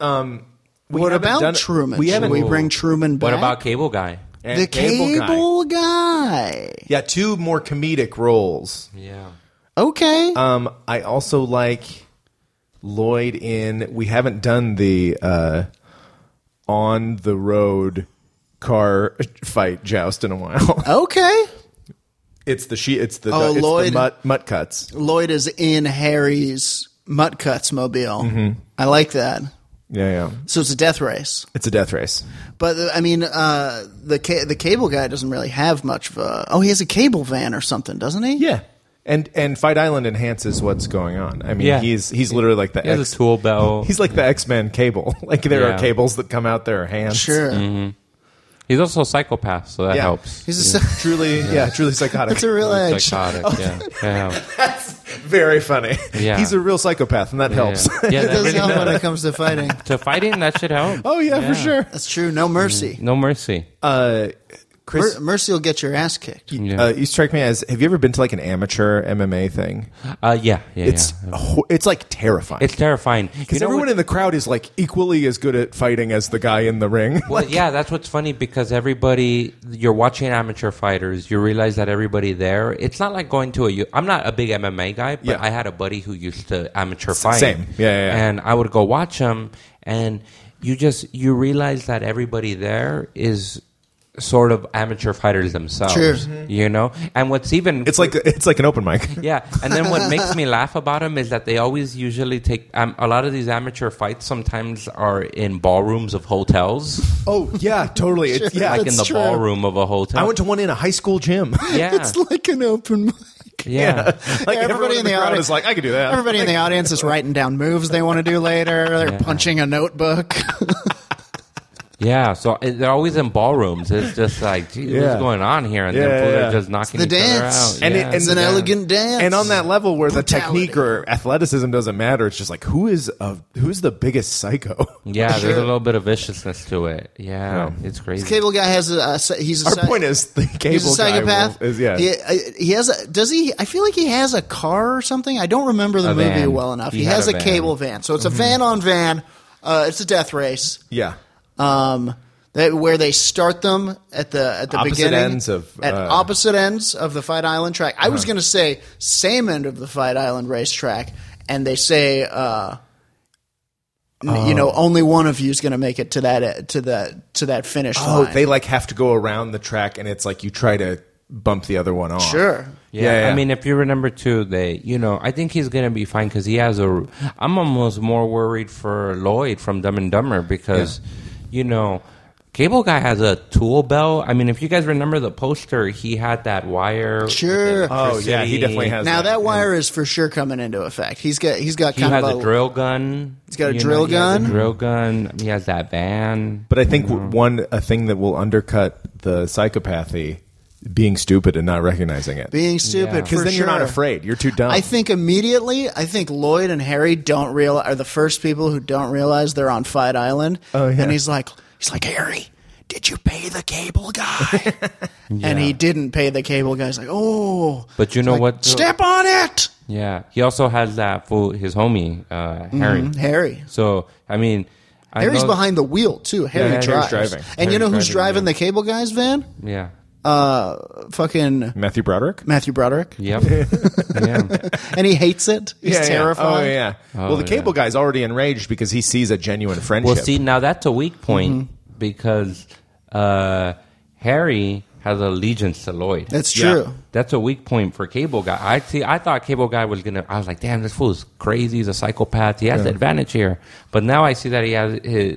Speaker 2: Um.
Speaker 1: We
Speaker 2: what
Speaker 1: haven't
Speaker 2: about
Speaker 1: done-
Speaker 2: Truman?
Speaker 1: we
Speaker 2: Should
Speaker 1: haven't-
Speaker 2: we bring Truman back?
Speaker 4: What about Cable Guy?
Speaker 1: And
Speaker 2: the cable,
Speaker 1: guy.
Speaker 2: guy.
Speaker 1: Yeah, two more comedic roles.
Speaker 4: Yeah.
Speaker 2: Okay.
Speaker 1: Um, I also like Lloyd in. We haven't done the uh, on the road car fight joust in a while.
Speaker 2: okay.
Speaker 1: It's the she. It's the
Speaker 2: Oh,
Speaker 1: it's the
Speaker 2: Lloyd.
Speaker 1: mutt, mutt cuts. Mm-hmm.
Speaker 2: Lloyd is in Harry's Mutt Cuts mobile. I like that.
Speaker 1: Yeah, yeah.
Speaker 2: So it's a death race.
Speaker 1: It's a death race.
Speaker 2: But uh, I mean, uh, the ca- the cable guy doesn't really have much of a. Oh, he has a cable van or something, doesn't he?
Speaker 1: Yeah. And and Fight Island enhances what's going on. I mean,
Speaker 4: Yeah.
Speaker 1: he's he's literally like the
Speaker 4: He has
Speaker 1: X-
Speaker 4: a tool belt.
Speaker 1: He's like the X Men cable. Like there
Speaker 4: Yeah.
Speaker 1: are cables that come out, there are hands.
Speaker 2: Sure.
Speaker 4: He's also a psychopath, so that
Speaker 1: Yeah.
Speaker 4: helps.
Speaker 2: He's a,
Speaker 1: Truly, yeah, truly psychotic.
Speaker 2: that's a real
Speaker 4: He's
Speaker 2: edge.
Speaker 4: psychotic. Yeah. That helps.
Speaker 1: Very funny.
Speaker 4: Yeah.
Speaker 1: He's a real psychopath, and that helps.
Speaker 4: Yeah, yeah
Speaker 2: It
Speaker 4: that
Speaker 2: does
Speaker 4: really
Speaker 2: help
Speaker 4: does.
Speaker 2: when it comes to fighting.
Speaker 4: to fighting that should help.
Speaker 1: oh yeah, for sure.
Speaker 2: That's true. No mercy.
Speaker 4: No mercy.
Speaker 1: Uh, Chris,
Speaker 2: Mer- mercy will get your ass kicked.
Speaker 4: Yeah.
Speaker 1: uh, you strike me as. Have you ever been to like an amateur MMA thing?
Speaker 4: Uh, yeah, yeah,
Speaker 1: It's
Speaker 4: yeah.
Speaker 1: ho- it's like terrifying.
Speaker 4: It's terrifying
Speaker 1: because everyone in the crowd is like equally as good at fighting as the guy in the ring.
Speaker 4: Well, yeah, that's what's funny because everybody you're watching amateur fighters, you realize that everybody there. It's not like going to a. U- I'm not a big MMA guy, but
Speaker 1: Yeah.
Speaker 4: I had a buddy who used to amateur fight.
Speaker 1: same. Yeah, yeah, yeah.
Speaker 4: And I would go watch him, and you just you realize that everybody there is sort of amateur fighters themselves. Mm-hmm.
Speaker 2: Sure.
Speaker 4: You know, and what's even
Speaker 1: It's like it's like an open mic.
Speaker 4: yeah, and then what makes me laugh about them is that they always usually take um, a lot of these amateur fights. Sometimes are in ballrooms of hotels,
Speaker 1: Oh yeah, totally. It's, yeah,
Speaker 4: like in
Speaker 1: it's-
Speaker 4: the
Speaker 2: true.
Speaker 4: ballroom of a hotel.
Speaker 1: I went to one in a high school gym.
Speaker 4: yeah,
Speaker 2: It's like an open mic.
Speaker 4: yeah,
Speaker 1: like
Speaker 2: everyone in the
Speaker 1: crowd
Speaker 2: audience-
Speaker 1: is like, I could do that.
Speaker 2: Everybody in the audience is writing down moves they want to do later. They're punching a notebook.
Speaker 4: yeah. So it, they're always in ballrooms. It's just like, geez,
Speaker 1: Yeah.
Speaker 4: what's going on here? And
Speaker 1: Yeah,
Speaker 4: then fools
Speaker 1: yeah.
Speaker 4: are just knocking
Speaker 2: the
Speaker 4: each other
Speaker 2: dance.
Speaker 4: out.
Speaker 1: And it-
Speaker 4: yeah.
Speaker 1: and
Speaker 2: It's an
Speaker 1: Yeah.
Speaker 2: elegant dance.
Speaker 1: and on that level where
Speaker 2: Brutality.
Speaker 1: the technique or athleticism doesn't matter, it's just like who is a, who's the biggest psycho?
Speaker 4: yeah, there's
Speaker 2: Sure.
Speaker 4: a little bit of viciousness to it. Yeah, it's crazy.
Speaker 2: cable guy has a. Uh, he's a
Speaker 1: Our
Speaker 2: psy-
Speaker 1: point is the cable
Speaker 2: He's a psychopath.
Speaker 1: guy will- is yeah.
Speaker 2: He, uh, he has a. Does he? I feel like he has a car or something. I don't remember the
Speaker 4: A
Speaker 2: movie
Speaker 4: van.
Speaker 2: well enough. He,
Speaker 4: He had
Speaker 2: has a,
Speaker 4: a van.
Speaker 2: cable van, so
Speaker 1: Mm-hmm.
Speaker 2: it's a van on van. Uh, it's a death race.
Speaker 1: yeah.
Speaker 2: Um, that where they start them at the at the
Speaker 1: Opposite
Speaker 2: beginning
Speaker 1: ends of,
Speaker 2: at
Speaker 1: uh,
Speaker 2: opposite ends of the Fight Island track. I was going to say same end of the Fight Island racetrack, and they say. Uh, n- you know,
Speaker 1: Oh.
Speaker 2: only one of you is going to make it to that to the to that finish
Speaker 1: Oh,
Speaker 2: line.
Speaker 1: they like have to go around the track, and it's like you try to bump the other one off.
Speaker 2: sure.
Speaker 4: Yeah,
Speaker 1: Yeah, yeah.
Speaker 4: I mean, if you remember too, they, you know, I think he's gonna be fine because he has a. I'm almost more worried for Lloyd from Dumb and Dumber because, you know, Cable Guy has a tool belt. I mean, if you guys remember the poster, he had that wire. with
Speaker 2: Sure.
Speaker 1: Oh yeah, he
Speaker 4: electricity.
Speaker 1: definitely has.
Speaker 2: Now that
Speaker 1: one.
Speaker 2: wire is for sure coming into effect. He's got he's got
Speaker 4: He
Speaker 2: kind
Speaker 4: has
Speaker 2: of
Speaker 4: a drill gun.
Speaker 2: He's got a
Speaker 4: You
Speaker 2: drill
Speaker 4: he has a
Speaker 2: gun.
Speaker 4: drill gun. He has that van.
Speaker 1: But I think w
Speaker 4: Mm-hmm.
Speaker 1: one a thing that will undercut the psychopathy being stupid and not recognizing it.
Speaker 2: being stupid
Speaker 4: Yeah.
Speaker 2: for
Speaker 1: Because then you're not
Speaker 2: sure.
Speaker 1: afraid. You're too dumb.
Speaker 2: I think immediately. I think Lloyd and Harry don't real are the first people who don't realize they're on Fight Island.
Speaker 1: Oh, yeah.
Speaker 2: And he's like, he's like Harry. Did you pay the cable guy? And he didn't pay the cable guy. He's like, oh,
Speaker 4: But you know
Speaker 2: Like,
Speaker 4: what?
Speaker 2: Step on it,
Speaker 4: Yeah, he also has that fool, his homie uh, Harry.
Speaker 2: Mm-hmm. Harry.
Speaker 4: So I mean, I
Speaker 2: Harry's
Speaker 4: know-
Speaker 2: behind the wheel too. Harry
Speaker 1: Harry's
Speaker 2: drives.
Speaker 1: driving.
Speaker 2: And you
Speaker 4: Harry's
Speaker 2: know who's driving
Speaker 4: driving,
Speaker 2: the cable guy's van?
Speaker 4: Yeah.
Speaker 2: Fucking
Speaker 1: Matthew Broderick.
Speaker 2: Matthew Broderick.
Speaker 4: Yep. yeah.
Speaker 2: and he hates it. He's terrified.
Speaker 1: Oh yeah. well, the
Speaker 4: yeah.
Speaker 1: cable guy's already enraged because he sees a genuine friendship.
Speaker 4: Well, see, now that's a weak point
Speaker 2: Mm-hmm.
Speaker 4: because uh, Harry has allegiance to Lloyd.
Speaker 2: That's
Speaker 1: Yeah.
Speaker 2: true.
Speaker 4: That's a weak point for Cable Guy. I see. I thought Cable Guy was gonna. I was like, damn, this fool's crazy. He's a psychopath. He has the advantage here. But now I see that he has his,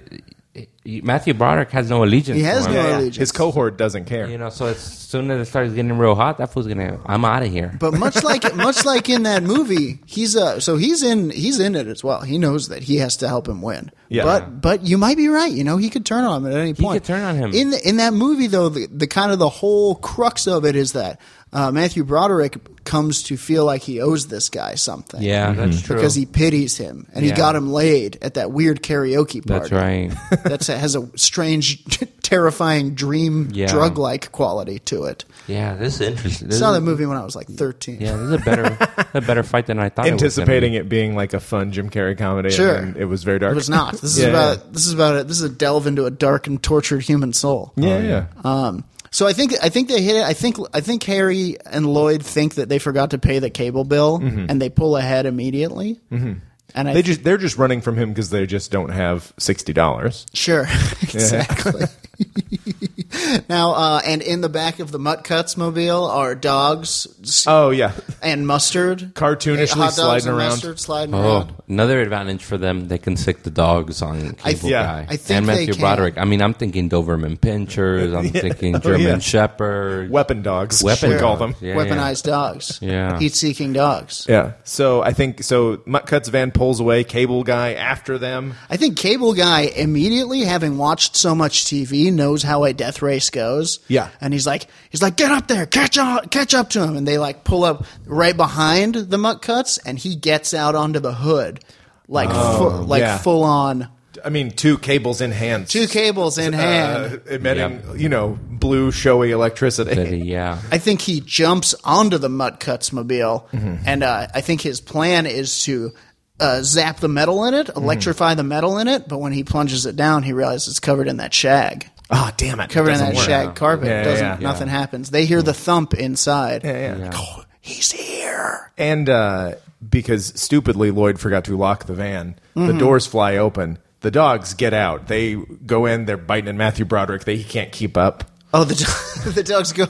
Speaker 4: Matthew Broderick has no allegiance.
Speaker 2: He has
Speaker 4: to him.
Speaker 2: no
Speaker 1: Yeah, yeah.
Speaker 2: allegiance.
Speaker 1: His cohort doesn't care.
Speaker 4: You know, so as soon as it starts getting real hot, that fool's gonna. I'm out of here.
Speaker 2: But much like much like in that movie, he's uh so he's in he's in it as well. He knows that he has to help him win.
Speaker 1: Yeah.
Speaker 2: But but you might be right. You know he could turn on him at any point.
Speaker 4: could turn on him.
Speaker 2: in the, in that movie though. The, the kind of the whole crux of it is that uh, Matthew Broderick comes to feel like he owes this guy something.
Speaker 4: yeah, that's true.
Speaker 2: Because he pities him, and he
Speaker 4: Yeah.
Speaker 2: got him laid at that weird karaoke party.
Speaker 4: that's right.
Speaker 2: That's has a strange, terrifying dream
Speaker 4: Yeah.
Speaker 2: drug-like quality to it.
Speaker 4: Yeah, this is interesting. This
Speaker 2: saw
Speaker 4: is-
Speaker 2: that movie when I was like 13.
Speaker 4: Yeah, this is a better, a better fight than I thought. it was gonna be.
Speaker 1: Anticipating it being like a fun Jim Carrey comedy,
Speaker 2: Sure.
Speaker 1: and then it was very dark.
Speaker 2: It was not. This is
Speaker 1: Yeah,
Speaker 2: about this is about it. This is a delve into a dark and tortured human soul.
Speaker 1: Yeah, yeah.
Speaker 2: Uh, So I think I think they hit it. I think I think Harry and Lloyd think that they forgot to pay the cable bill, and they pull ahead immediately. Mm-hmm. And I
Speaker 1: Mm-hmm. they just they're just running from him because they just don't have sixty dollars.
Speaker 2: sure exactly. Now, uh, and in the back of the Mutt Cuts mobile are dogs s-
Speaker 1: Oh yeah,
Speaker 2: and mustard.
Speaker 1: Cartoonishly
Speaker 2: Hot dogs
Speaker 1: sliding
Speaker 2: and
Speaker 1: around.
Speaker 2: Mustard sliding
Speaker 4: Oh,
Speaker 2: around.
Speaker 4: another advantage for them, they can sick the dogs on Cable
Speaker 2: I th-
Speaker 1: yeah,
Speaker 4: Guy.
Speaker 2: I think
Speaker 4: and
Speaker 2: they
Speaker 4: Matthew
Speaker 2: can. Oh,
Speaker 4: Broderick. I mean, I'm thinking Doberman Pinchers. I'm thinking German
Speaker 1: yeah.
Speaker 4: Shepherd.
Speaker 1: weapon dogs.
Speaker 4: Weapon
Speaker 1: we call them.
Speaker 4: dogs, yeah,
Speaker 2: Weaponized dogs.
Speaker 4: Yeah.
Speaker 2: Heat seeking dogs.
Speaker 1: Yeah. So I think so. Mutcut's van pulls away. Cable guy after them.
Speaker 2: I think Cable Guy immediately, having watched so much TV, knows how a death race goes.
Speaker 1: Yeah.
Speaker 2: and he's like, he's like, get up there, catch up, catch up to him, and they like pull up right behind the muck cuts, and he gets out onto the hood, like, fu- like
Speaker 1: Oh, yeah.
Speaker 2: full on
Speaker 1: I mean, two cables in hand.
Speaker 2: two cables in
Speaker 1: uh,
Speaker 2: hand.
Speaker 1: emitting
Speaker 4: Yep.
Speaker 1: you know blue showy
Speaker 4: That he-
Speaker 1: electricity.
Speaker 4: uh, yeah.
Speaker 2: I think he jumps onto the mutt cuts mobile,
Speaker 1: Mm-hmm.
Speaker 2: and uh, I think his plan is to. Uh, zap the metal in
Speaker 1: Mm-hmm.
Speaker 2: it, electrify the metal in it, but when he plunges it down, he realizes it's covered in that shag.
Speaker 1: Ah, damn it!
Speaker 2: covered in
Speaker 1: Doesn't
Speaker 2: that
Speaker 1: work.
Speaker 2: shag carpet.
Speaker 1: Yeah, yeah,
Speaker 2: doesn't
Speaker 1: yeah.
Speaker 2: nothing happens. They hear the thump inside.
Speaker 1: Yeah.
Speaker 2: He's here.
Speaker 1: And uh, because stupidly Lloyd forgot to lock the van, the
Speaker 2: Mm-hmm.
Speaker 1: doors fly open. The dogs get out. They go in. They're biting at Matthew Broderick. They he can't keep up.
Speaker 2: Oh, the do- the dogs go.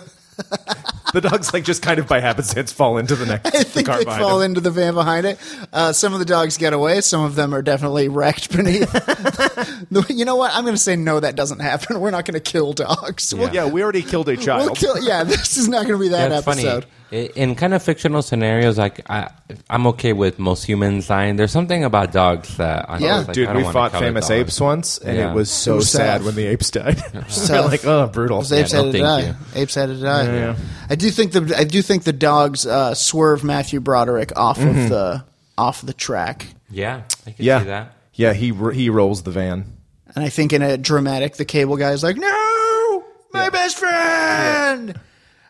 Speaker 1: The dogs like just kind of by happenstance fall into the next
Speaker 2: I
Speaker 1: the
Speaker 2: think
Speaker 1: car
Speaker 2: they
Speaker 1: behind
Speaker 2: fall
Speaker 1: them.
Speaker 2: into the van behind it. Uh, some of the dogs get away. Some of them are definitely wrecked beneath. No, you know what? I'm going to say no. That doesn't happen. We're not going to kill dogs. We'll,
Speaker 1: Yeah, we already killed a child.
Speaker 2: we'll kill. Yeah, this is not going to be that
Speaker 4: That's
Speaker 2: episode.
Speaker 4: funny. I- In kind of fictional scenarios, like I, I'm okay with most humans dying. There's something about dogs that I
Speaker 2: Yeah.
Speaker 4: was like, I
Speaker 1: Dude,
Speaker 4: don't
Speaker 1: we
Speaker 4: wanna
Speaker 1: fought
Speaker 4: kill a
Speaker 1: famous
Speaker 4: dog.
Speaker 1: apes once, and
Speaker 4: Yeah.
Speaker 1: it was so
Speaker 2: Who's
Speaker 1: sad
Speaker 2: that?
Speaker 1: when the apes died. We're
Speaker 2: that?
Speaker 1: like, oh, brutal.
Speaker 2: Those apes
Speaker 4: Yeah, no,
Speaker 2: had to die.
Speaker 4: thank you.
Speaker 2: Apes had to die.
Speaker 1: yeah.
Speaker 2: I do think the I do think the dogs uh, swerve Matthew Broderick off
Speaker 1: Mm-hmm.
Speaker 2: of the off the track.
Speaker 4: Yeah, I can
Speaker 1: yeah,
Speaker 4: see that.
Speaker 1: yeah. He ro- he rolls the van.
Speaker 2: And I think in a dramatic, the cable guy's like, "No, my best friend,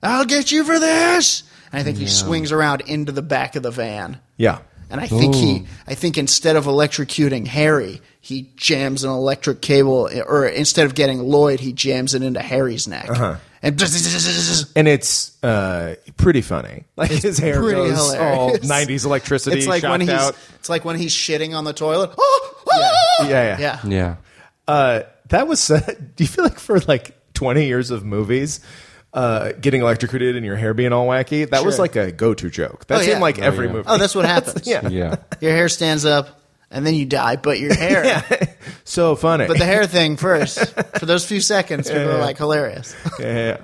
Speaker 2: I'll get you for this." And I think he swings around into the back of the van.
Speaker 1: Yeah,
Speaker 2: And I think he, I think instead of electrocuting Harry, he jams an electric cable, or instead of getting Lloyd, he jams it into Harry's neck.
Speaker 1: Uh-huh.
Speaker 2: And
Speaker 1: and it's uh, pretty funny. Like his hair
Speaker 2: pretty
Speaker 1: goes all
Speaker 2: hilarious.
Speaker 1: '90s electricity.
Speaker 2: it's like
Speaker 1: shocked
Speaker 2: when he's,
Speaker 1: out.
Speaker 2: it's like when he's shitting on the toilet. Oh, oh!
Speaker 1: Yeah, yeah.
Speaker 2: yeah.
Speaker 4: Yeah.
Speaker 1: Uh, that was. Uh, do you feel like for like 20 years of movies? Uh, getting electrocuted and your hair being all wacky. That was
Speaker 2: Sure.
Speaker 1: like a go-to joke. That
Speaker 2: Oh,
Speaker 1: seemed
Speaker 2: yeah.
Speaker 1: like
Speaker 2: Oh,
Speaker 1: every
Speaker 4: yeah.
Speaker 1: movie.
Speaker 2: Oh, that's what happens.
Speaker 1: yeah.
Speaker 4: Yeah.
Speaker 2: Your hair stands up, and then you die, but your hair.
Speaker 1: So funny.
Speaker 2: But the hair thing first. For those few seconds, people were like hilarious.
Speaker 1: yeah.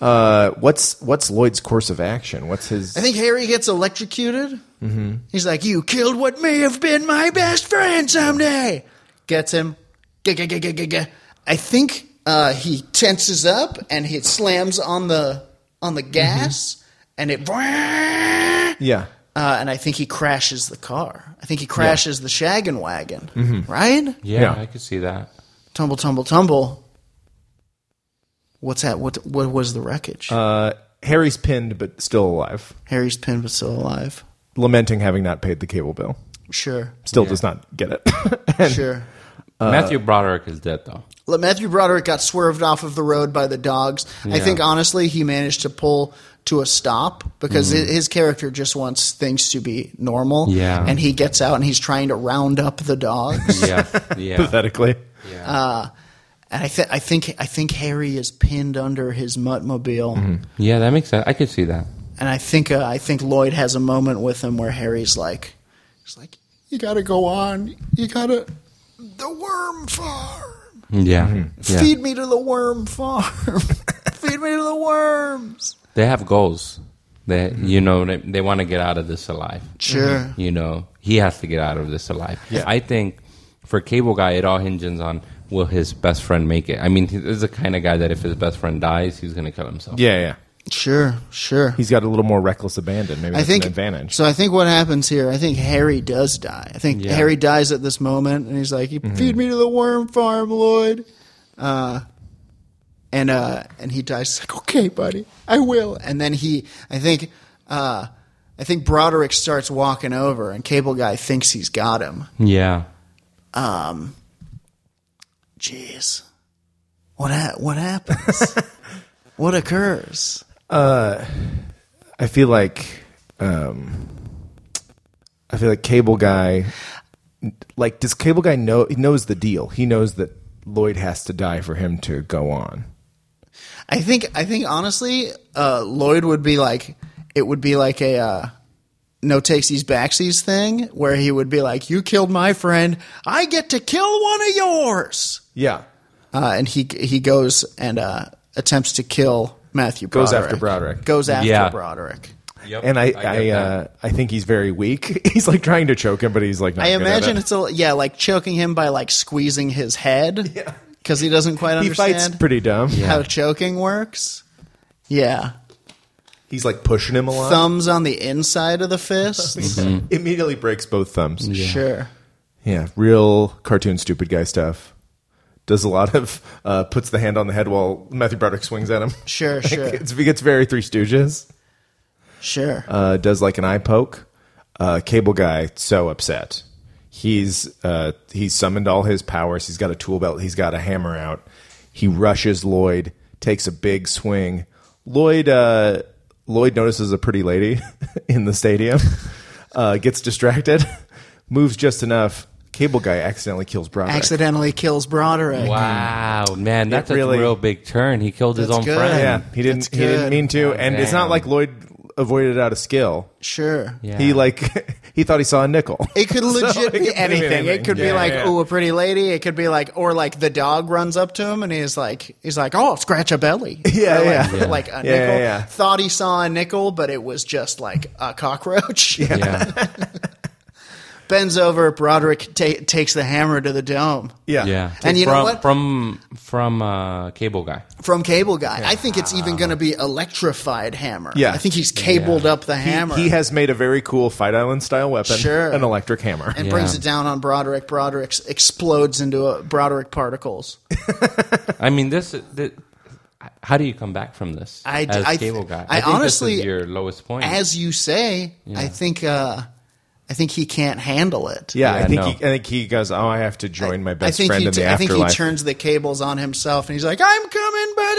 Speaker 1: Uh, what's what's Lloyd's course of action? What's his?
Speaker 2: I think Harry gets electrocuted. Mm-hmm. He's like, "You killed what may have been my best friend someday." Gets him. G-g-g-g-g-g. I think uh, he tenses up and he slams on the on the gas, and it.
Speaker 1: yeah,
Speaker 2: Uh, and I think he crashes the car. I think he crashes the shaggin' wagon. Right?
Speaker 4: yeah,
Speaker 1: Yeah.
Speaker 4: I could see that.
Speaker 2: Tumble, tumble, tumble. What's that? What what was the wreckage?
Speaker 1: uh, Harry's pinned but still alive,
Speaker 2: Harry's pinned but still alive.
Speaker 1: lamenting having not paid the cable bill.
Speaker 2: Sure,
Speaker 1: Still does not get it.
Speaker 2: sure.
Speaker 1: Uh,
Speaker 4: Matthew Broderick is dead though.
Speaker 2: Look, Matthew Broderick got swerved off of the road by the dogs. I
Speaker 4: Yeah.
Speaker 2: think honestly, he managed to pull to a stop because hi- his character just wants things to be normal.
Speaker 4: Yeah.
Speaker 2: and he gets out and he's trying to round up the dogs.
Speaker 4: Yeah. Yeah.
Speaker 1: Pathetically,
Speaker 2: and I, th- I think I think Harry is pinned under his muttmobile.
Speaker 4: yeah, that makes sense. I could see that.
Speaker 2: And I think uh, I think Lloyd has a moment with him where Harry's like, he's like, you gotta go on, you gotta the worm farm.
Speaker 4: Yeah.
Speaker 1: Mm-hmm.
Speaker 4: yeah.
Speaker 2: Feed me to the worm farm. Feed me to the worms.
Speaker 4: They have goals. They
Speaker 1: Mm-hmm.
Speaker 4: you know they, they want to get out of this alive.
Speaker 2: Sure.
Speaker 4: You know, he has to get out of this alive. I think for cable guy it all hinges on will his best friend make it. I mean, he- this is the kind of guy that if his best friend dies, he's going to kill himself.
Speaker 1: yeah, yeah.
Speaker 2: Sure, sure.
Speaker 1: Mm-hmm. He's got a little more reckless abandon. Maybe
Speaker 2: I
Speaker 1: that's
Speaker 2: think
Speaker 1: an advantage.
Speaker 2: So I think what happens here, I think Harry does die. I think
Speaker 4: Yeah.
Speaker 2: Harry dies at this moment, and he's like,
Speaker 1: Mm-hmm.
Speaker 2: "Feed me to the worm farm, Lloyd." Uh, and uh, and he dies. He's like, "Okay, buddy, I will." And then he, I think, uh, I think Broderick starts walking over, and Cable Guy thinks he's got him.
Speaker 4: Yeah.
Speaker 2: Jeez, what ha- what happens? what occurs?
Speaker 1: I feel like, um, I feel like Cable Guy. Like, does Cable Guy know? He knows the deal. He knows that Lloyd has to die for him to go on.
Speaker 2: I think I think honestly, uh, Lloyd would be like it would be like a uh, no takesies backsies thing where he would be like, "You killed my friend, I get to kill one of yours,"
Speaker 1: Yeah.
Speaker 2: uh, and he he goes and uh, attempts to kill Matthew. Broderick.
Speaker 1: Goes after Broderick.
Speaker 2: Goes after
Speaker 4: Yeah.
Speaker 2: Broderick.
Speaker 4: Yep,
Speaker 1: And I,
Speaker 4: Oh, get
Speaker 1: I,
Speaker 4: that.
Speaker 1: uh, I think he's very weak. he's like trying to choke him, but he's like, not
Speaker 2: I
Speaker 1: good at
Speaker 2: imagine
Speaker 1: it.
Speaker 2: it's a yeah, like choking him by like squeezing his head because he doesn't quite
Speaker 1: he
Speaker 2: understand
Speaker 1: fights pretty dumb.
Speaker 2: how choking works. Yeah,
Speaker 1: He's like pushing him a lot.
Speaker 2: thumbs on the inside of the fist.
Speaker 4: Mm.
Speaker 1: Immediately breaks both thumbs.
Speaker 2: Sure.
Speaker 1: Yeah, real cartoon stupid guy stuff. Does a lot of uh, puts the hand on the head while Matthew Broderick swings at him.
Speaker 2: Sure,
Speaker 1: Like,
Speaker 2: sure.
Speaker 1: It's, he gets very Three Stooges.
Speaker 2: Sure.
Speaker 1: Uh, does like an eye poke. Uh, cable guy so upset. He's uh, he's summoned all his powers. He's got a tool belt. He's got a hammer out. He rushes Lloyd. Takes a big swing. Lloyd uh, Lloyd notices a pretty lady in the stadium. Uh, gets distracted. moves just enough. Cable guy accidentally kills Broderick.
Speaker 2: Accidentally kills Broderick.
Speaker 4: Wow, man, that's
Speaker 1: Mm. really-
Speaker 4: a real big turn. He killed his
Speaker 2: That's
Speaker 4: own
Speaker 2: good.
Speaker 4: friend.
Speaker 1: Yeah, he didn't.
Speaker 2: That's
Speaker 1: He didn't
Speaker 2: good. Oh,
Speaker 1: mean to, and it's not
Speaker 4: damn.
Speaker 1: like Lloyd avoided it out of skill.
Speaker 2: Sure.
Speaker 4: Yeah.
Speaker 1: He like he thought he saw a nickel.
Speaker 2: It could legit
Speaker 1: it could
Speaker 2: be
Speaker 1: be
Speaker 2: anything. It
Speaker 1: anything.
Speaker 2: could be
Speaker 1: Yeah,
Speaker 2: like,
Speaker 1: yeah.
Speaker 2: oh, a pretty lady. It could be like, or like the dog runs up to him and he's like, he's like, oh, scratch a belly.
Speaker 1: Yeah,
Speaker 2: Or
Speaker 1: yeah.
Speaker 2: like,
Speaker 1: Yeah.
Speaker 2: like a
Speaker 1: Yeah,
Speaker 2: nickel.
Speaker 1: yeah, yeah.
Speaker 2: Thought he saw a nickel, but it was just like a cockroach.
Speaker 4: Yeah,
Speaker 2: Bends over. Broderick ta- takes the hammer to the dome
Speaker 1: yeah,
Speaker 4: yeah.
Speaker 2: And you know
Speaker 4: from,
Speaker 2: what?
Speaker 4: From from uh, cable guy.
Speaker 2: from Cable Guy. I think it's even going to be electrified hammer.
Speaker 1: Yeah.
Speaker 2: I think he's cabled
Speaker 4: Yeah.
Speaker 2: up the
Speaker 1: He,
Speaker 2: hammer.
Speaker 1: he has made a very cool Fight Island style weapon,
Speaker 2: Sure.
Speaker 1: an electric hammer.
Speaker 2: and
Speaker 4: Yeah.
Speaker 2: brings it down on Broderick. Broderick explodes into a Broderick particles.
Speaker 4: I mean, this. this how do you come back from this
Speaker 2: I-
Speaker 4: as
Speaker 2: I-
Speaker 4: cable guy?
Speaker 2: I
Speaker 4: think this is
Speaker 2: honestly-
Speaker 4: your lowest point.
Speaker 2: As you say, I think uh, I think he can't handle it.
Speaker 1: yeah, I
Speaker 4: Yeah,
Speaker 1: think
Speaker 4: no.
Speaker 1: he, I think he goes. Oh, I have to join my
Speaker 2: I
Speaker 1: best
Speaker 2: think
Speaker 1: friend
Speaker 2: he
Speaker 1: in the
Speaker 2: t- I think
Speaker 1: afterlife.
Speaker 2: he turns the cables on himself and he's like, "I'm coming, buddy."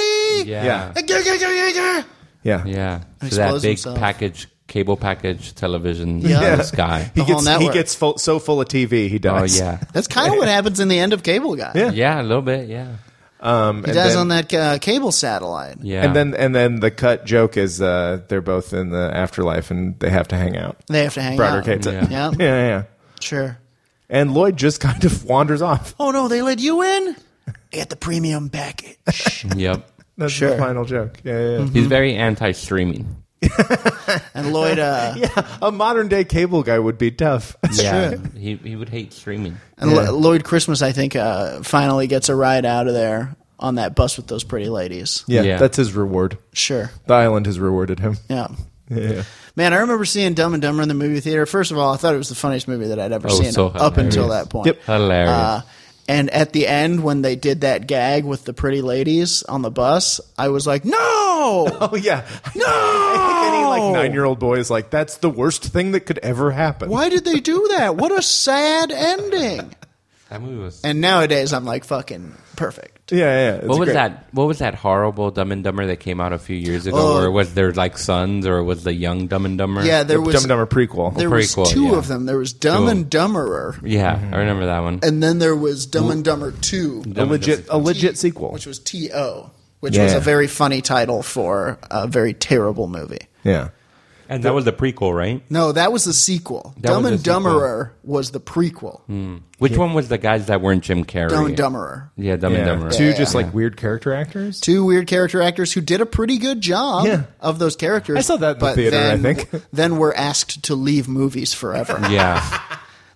Speaker 4: yeah,
Speaker 1: yeah.
Speaker 4: yeah,
Speaker 2: Gah, gah, gah, gah,
Speaker 1: yeah,
Speaker 2: gah.
Speaker 4: So that
Speaker 2: explodes
Speaker 4: big
Speaker 2: himself.
Speaker 4: package, cable package, television,
Speaker 2: Yeah.
Speaker 4: in the sky.
Speaker 1: He
Speaker 2: The whole
Speaker 1: gets he
Speaker 2: network.
Speaker 1: gets full, so full of TV he
Speaker 4: Oh
Speaker 1: dies.
Speaker 4: yeah,
Speaker 2: That's kind of what happens in the end of Cable Guy.
Speaker 1: Yeah.
Speaker 4: yeah, a little bit, yeah,
Speaker 1: um,
Speaker 2: He
Speaker 1: and
Speaker 2: dies
Speaker 1: then,
Speaker 2: on that uh, cable satellite.
Speaker 4: yeah.
Speaker 1: And then and then the cut joke is uh, they're both in the afterlife and they have to hang out.
Speaker 2: They have to hang
Speaker 1: Broderick
Speaker 2: out.
Speaker 1: hates it.
Speaker 2: Yeah.
Speaker 1: yeah, yeah.
Speaker 2: Sure.
Speaker 1: And Lloyd just kind of wanders off.
Speaker 2: Oh no, they let you in. I got the premium package.
Speaker 4: yep.
Speaker 1: That's
Speaker 2: Sure.
Speaker 1: the final joke. Yeah, yeah. yeah.
Speaker 4: He's very anti-streaming.
Speaker 2: and Lloyd, uh,
Speaker 1: A modern day cable guy would be tough.
Speaker 4: Yeah, he he would hate streaming.
Speaker 2: and Lo- Lloyd Christmas, I think, uh, finally gets a ride out of there on that bus with those pretty ladies.
Speaker 1: yeah,
Speaker 4: Yeah.
Speaker 1: that's his reward.
Speaker 2: Sure.
Speaker 1: The island has rewarded him.
Speaker 2: Yeah.
Speaker 1: Yeah.
Speaker 2: Man, I remember seeing Dumb and Dumber in the movie theater. First of all, I thought it was the funniest movie that I'd ever
Speaker 4: Oh,
Speaker 2: seen
Speaker 4: so
Speaker 2: up until
Speaker 4: hilarious.
Speaker 2: that point.
Speaker 1: Yep.
Speaker 4: Hilarious.
Speaker 2: Uh, and at the end, when they did that gag with the pretty ladies on the bus, I was like, no!
Speaker 1: Oh yeah. No. I think any like nine year old boy is like, that's the worst thing that could ever happen.
Speaker 2: Why did they do that? What a sad ending.
Speaker 4: that movie was.
Speaker 2: And nowadays, I'm like, fucking perfect.
Speaker 1: Yeah, yeah. it's
Speaker 4: what was
Speaker 1: great.
Speaker 4: that? What was that horrible Dumb and Dumber that came out a few years ago?
Speaker 2: Oh.
Speaker 4: Or was there like Sons, or was the Young Dumb and Dumber?
Speaker 2: Yeah, there
Speaker 1: The
Speaker 2: was
Speaker 1: Dumb and Dumber prequel.
Speaker 2: there was
Speaker 4: prequel,
Speaker 2: two
Speaker 4: yeah.
Speaker 2: of them. There was Dumb
Speaker 4: Two.
Speaker 2: and Dumberer,
Speaker 4: yeah, I remember that one.
Speaker 2: and then there was Dumb and Dumber Two,
Speaker 1: a legit, a legit sequel.
Speaker 2: which was T O, which
Speaker 1: Yeah.
Speaker 2: was a very funny title for a very terrible movie.
Speaker 1: yeah.
Speaker 4: And that was the prequel, right?
Speaker 2: No, that was the sequel.
Speaker 4: That
Speaker 2: Dumb
Speaker 4: was
Speaker 2: and
Speaker 4: the sequel.
Speaker 2: Dumberer was the prequel.
Speaker 1: Mm.
Speaker 4: Which one was the guys that weren't Jim Carrey?
Speaker 2: Dumb and Dumberer.
Speaker 4: Yeah, Dumb
Speaker 1: yeah.
Speaker 4: and Dumber.
Speaker 1: Two just like weird character actors.
Speaker 2: Two weird character actors who did a pretty good job
Speaker 1: Yeah.
Speaker 2: of those characters.
Speaker 1: I saw that in the
Speaker 2: but
Speaker 1: theater, I
Speaker 2: Then,
Speaker 1: think.
Speaker 2: then were asked to leave movies forever.
Speaker 4: Yeah,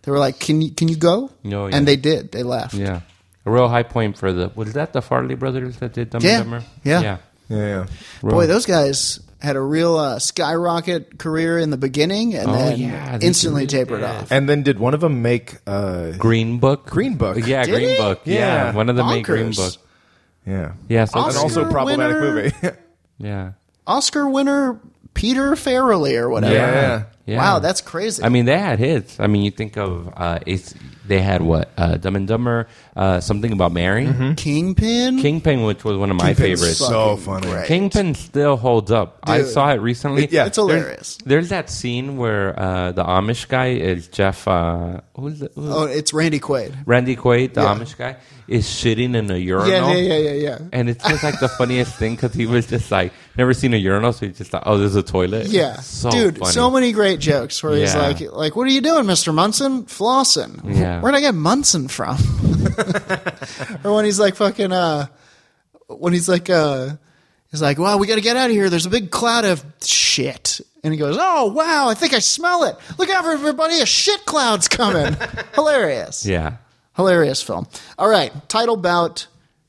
Speaker 2: They were like, "Can you can you go?"
Speaker 1: Oh,
Speaker 4: No, yeah.
Speaker 2: and they did. They left.
Speaker 4: yeah. A real high point for the. Was that the Farley brothers that did Dumb
Speaker 2: Yeah,
Speaker 4: and Dumber?
Speaker 2: yeah.
Speaker 1: Yeah, yeah.
Speaker 2: Boy, those guys had a real uh, skyrocket career in the beginning, and
Speaker 4: Oh,
Speaker 2: then
Speaker 4: yeah, they
Speaker 2: instantly
Speaker 4: did.
Speaker 2: tapered off.
Speaker 1: And then did one of them make? uh
Speaker 4: Green Book.
Speaker 1: Green Book.
Speaker 4: Yeah,
Speaker 2: Did
Speaker 4: Green
Speaker 2: he?
Speaker 4: Book. Yeah.
Speaker 1: Yeah.
Speaker 4: one of them made
Speaker 2: Bonkers.
Speaker 4: Green Book.
Speaker 1: Yeah.
Speaker 4: Yeah, so
Speaker 1: An
Speaker 2: Oscar
Speaker 1: also problematic
Speaker 2: winner.
Speaker 1: movie. yeah.
Speaker 4: yeah.
Speaker 2: Oscar winner Peter Farrelly or whatever.
Speaker 4: Yeah. Yeah.
Speaker 2: Wow, that's crazy.
Speaker 4: I mean, they had hits. I mean, you think of uh, Ace, They had what? Uh, Dumb and Dumber, uh, something about Mary,
Speaker 1: Mm-hmm.
Speaker 2: Kingpin.
Speaker 4: Kingpin, which was one of my favorites.
Speaker 1: So
Speaker 2: Fucking
Speaker 1: funny.
Speaker 2: great.
Speaker 4: Kingpin still holds up. I
Speaker 2: Dude.
Speaker 4: saw it recently.
Speaker 1: Yeah.
Speaker 2: It's hilarious.
Speaker 4: There's that scene where uh, the Amish guy is Jeff. Uh, who's the, who's
Speaker 2: Oh, it's Randy Quaid.
Speaker 4: Randy Quaid, the
Speaker 2: Yeah.
Speaker 4: Amish guy, is shitting in a urinal.
Speaker 2: Yeah, yeah, yeah, yeah, yeah.
Speaker 4: And it's just like the funniest thing because he was just like never seen a urinal, so he just thought, oh, there's a toilet.
Speaker 2: Yeah,
Speaker 4: so
Speaker 2: dude,
Speaker 4: funny.
Speaker 2: so many great jokes where he's
Speaker 4: Yeah.
Speaker 2: like, "Like, what are you doing, Mister Munson? Flossin?
Speaker 4: Yeah.
Speaker 2: Where'd I get Munson from?" or when he's like, "Fucking," uh, when he's like, uh, he's like, "Wow, we got to get out of here. There's a big cloud of shit." And he goes, "Oh wow, I think I smell it. Look out, everybody! A shit cloud's coming." Hilarious.
Speaker 4: Yeah.
Speaker 2: Hilarious film. All right, title bout,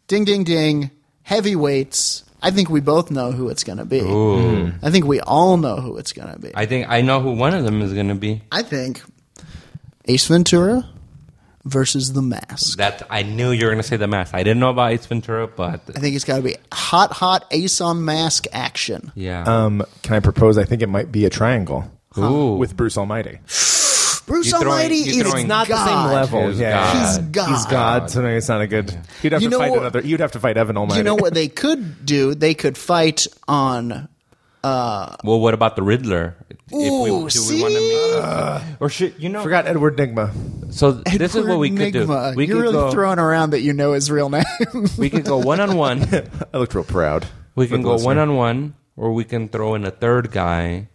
Speaker 2: ding ding ding, heavyweights. I think we both know who it's going to be. I think we all know who it's going to be. I,
Speaker 4: I think I know who one of them is going to be.
Speaker 2: think Ace Ventura versus The Mask.
Speaker 4: That I knew you were going to say the mask. I didn't know about Ace Ventura, but
Speaker 2: I think it's got to be hot, hot Ace on Mask action.
Speaker 4: yeah.
Speaker 1: Um, can I propose? I think it might be a triangle
Speaker 4: Ooh.
Speaker 1: with Bruce Almighty.
Speaker 2: Bruce
Speaker 4: You throwing-
Speaker 2: Almighty
Speaker 4: you
Speaker 2: is
Speaker 4: throwing-
Speaker 2: God.
Speaker 4: Not
Speaker 1: the same level.
Speaker 4: He's
Speaker 1: yeah,
Speaker 4: God.
Speaker 2: He's God.
Speaker 1: He's God. So no, it's not a good. You'd have
Speaker 2: You
Speaker 1: to
Speaker 2: know
Speaker 1: fight
Speaker 2: what-
Speaker 1: another. You'd have to fight Evan Almighty.
Speaker 2: You know what they could do? They could fight on.
Speaker 4: well, what about the Riddler?
Speaker 2: Ooh, see? Uh.
Speaker 4: wanna make- or should you know?
Speaker 1: Forgot Edward Nigma.
Speaker 4: So th- this is what we could
Speaker 2: Enigma.
Speaker 4: do. We
Speaker 2: You're
Speaker 4: could
Speaker 2: really
Speaker 4: go,
Speaker 2: throwing around that you know his real name.
Speaker 4: We could go one on one.
Speaker 1: I looked real proud.
Speaker 4: We
Speaker 1: for
Speaker 4: can
Speaker 1: the
Speaker 4: go
Speaker 1: listener.
Speaker 4: one on one, or we can throw in a third guy,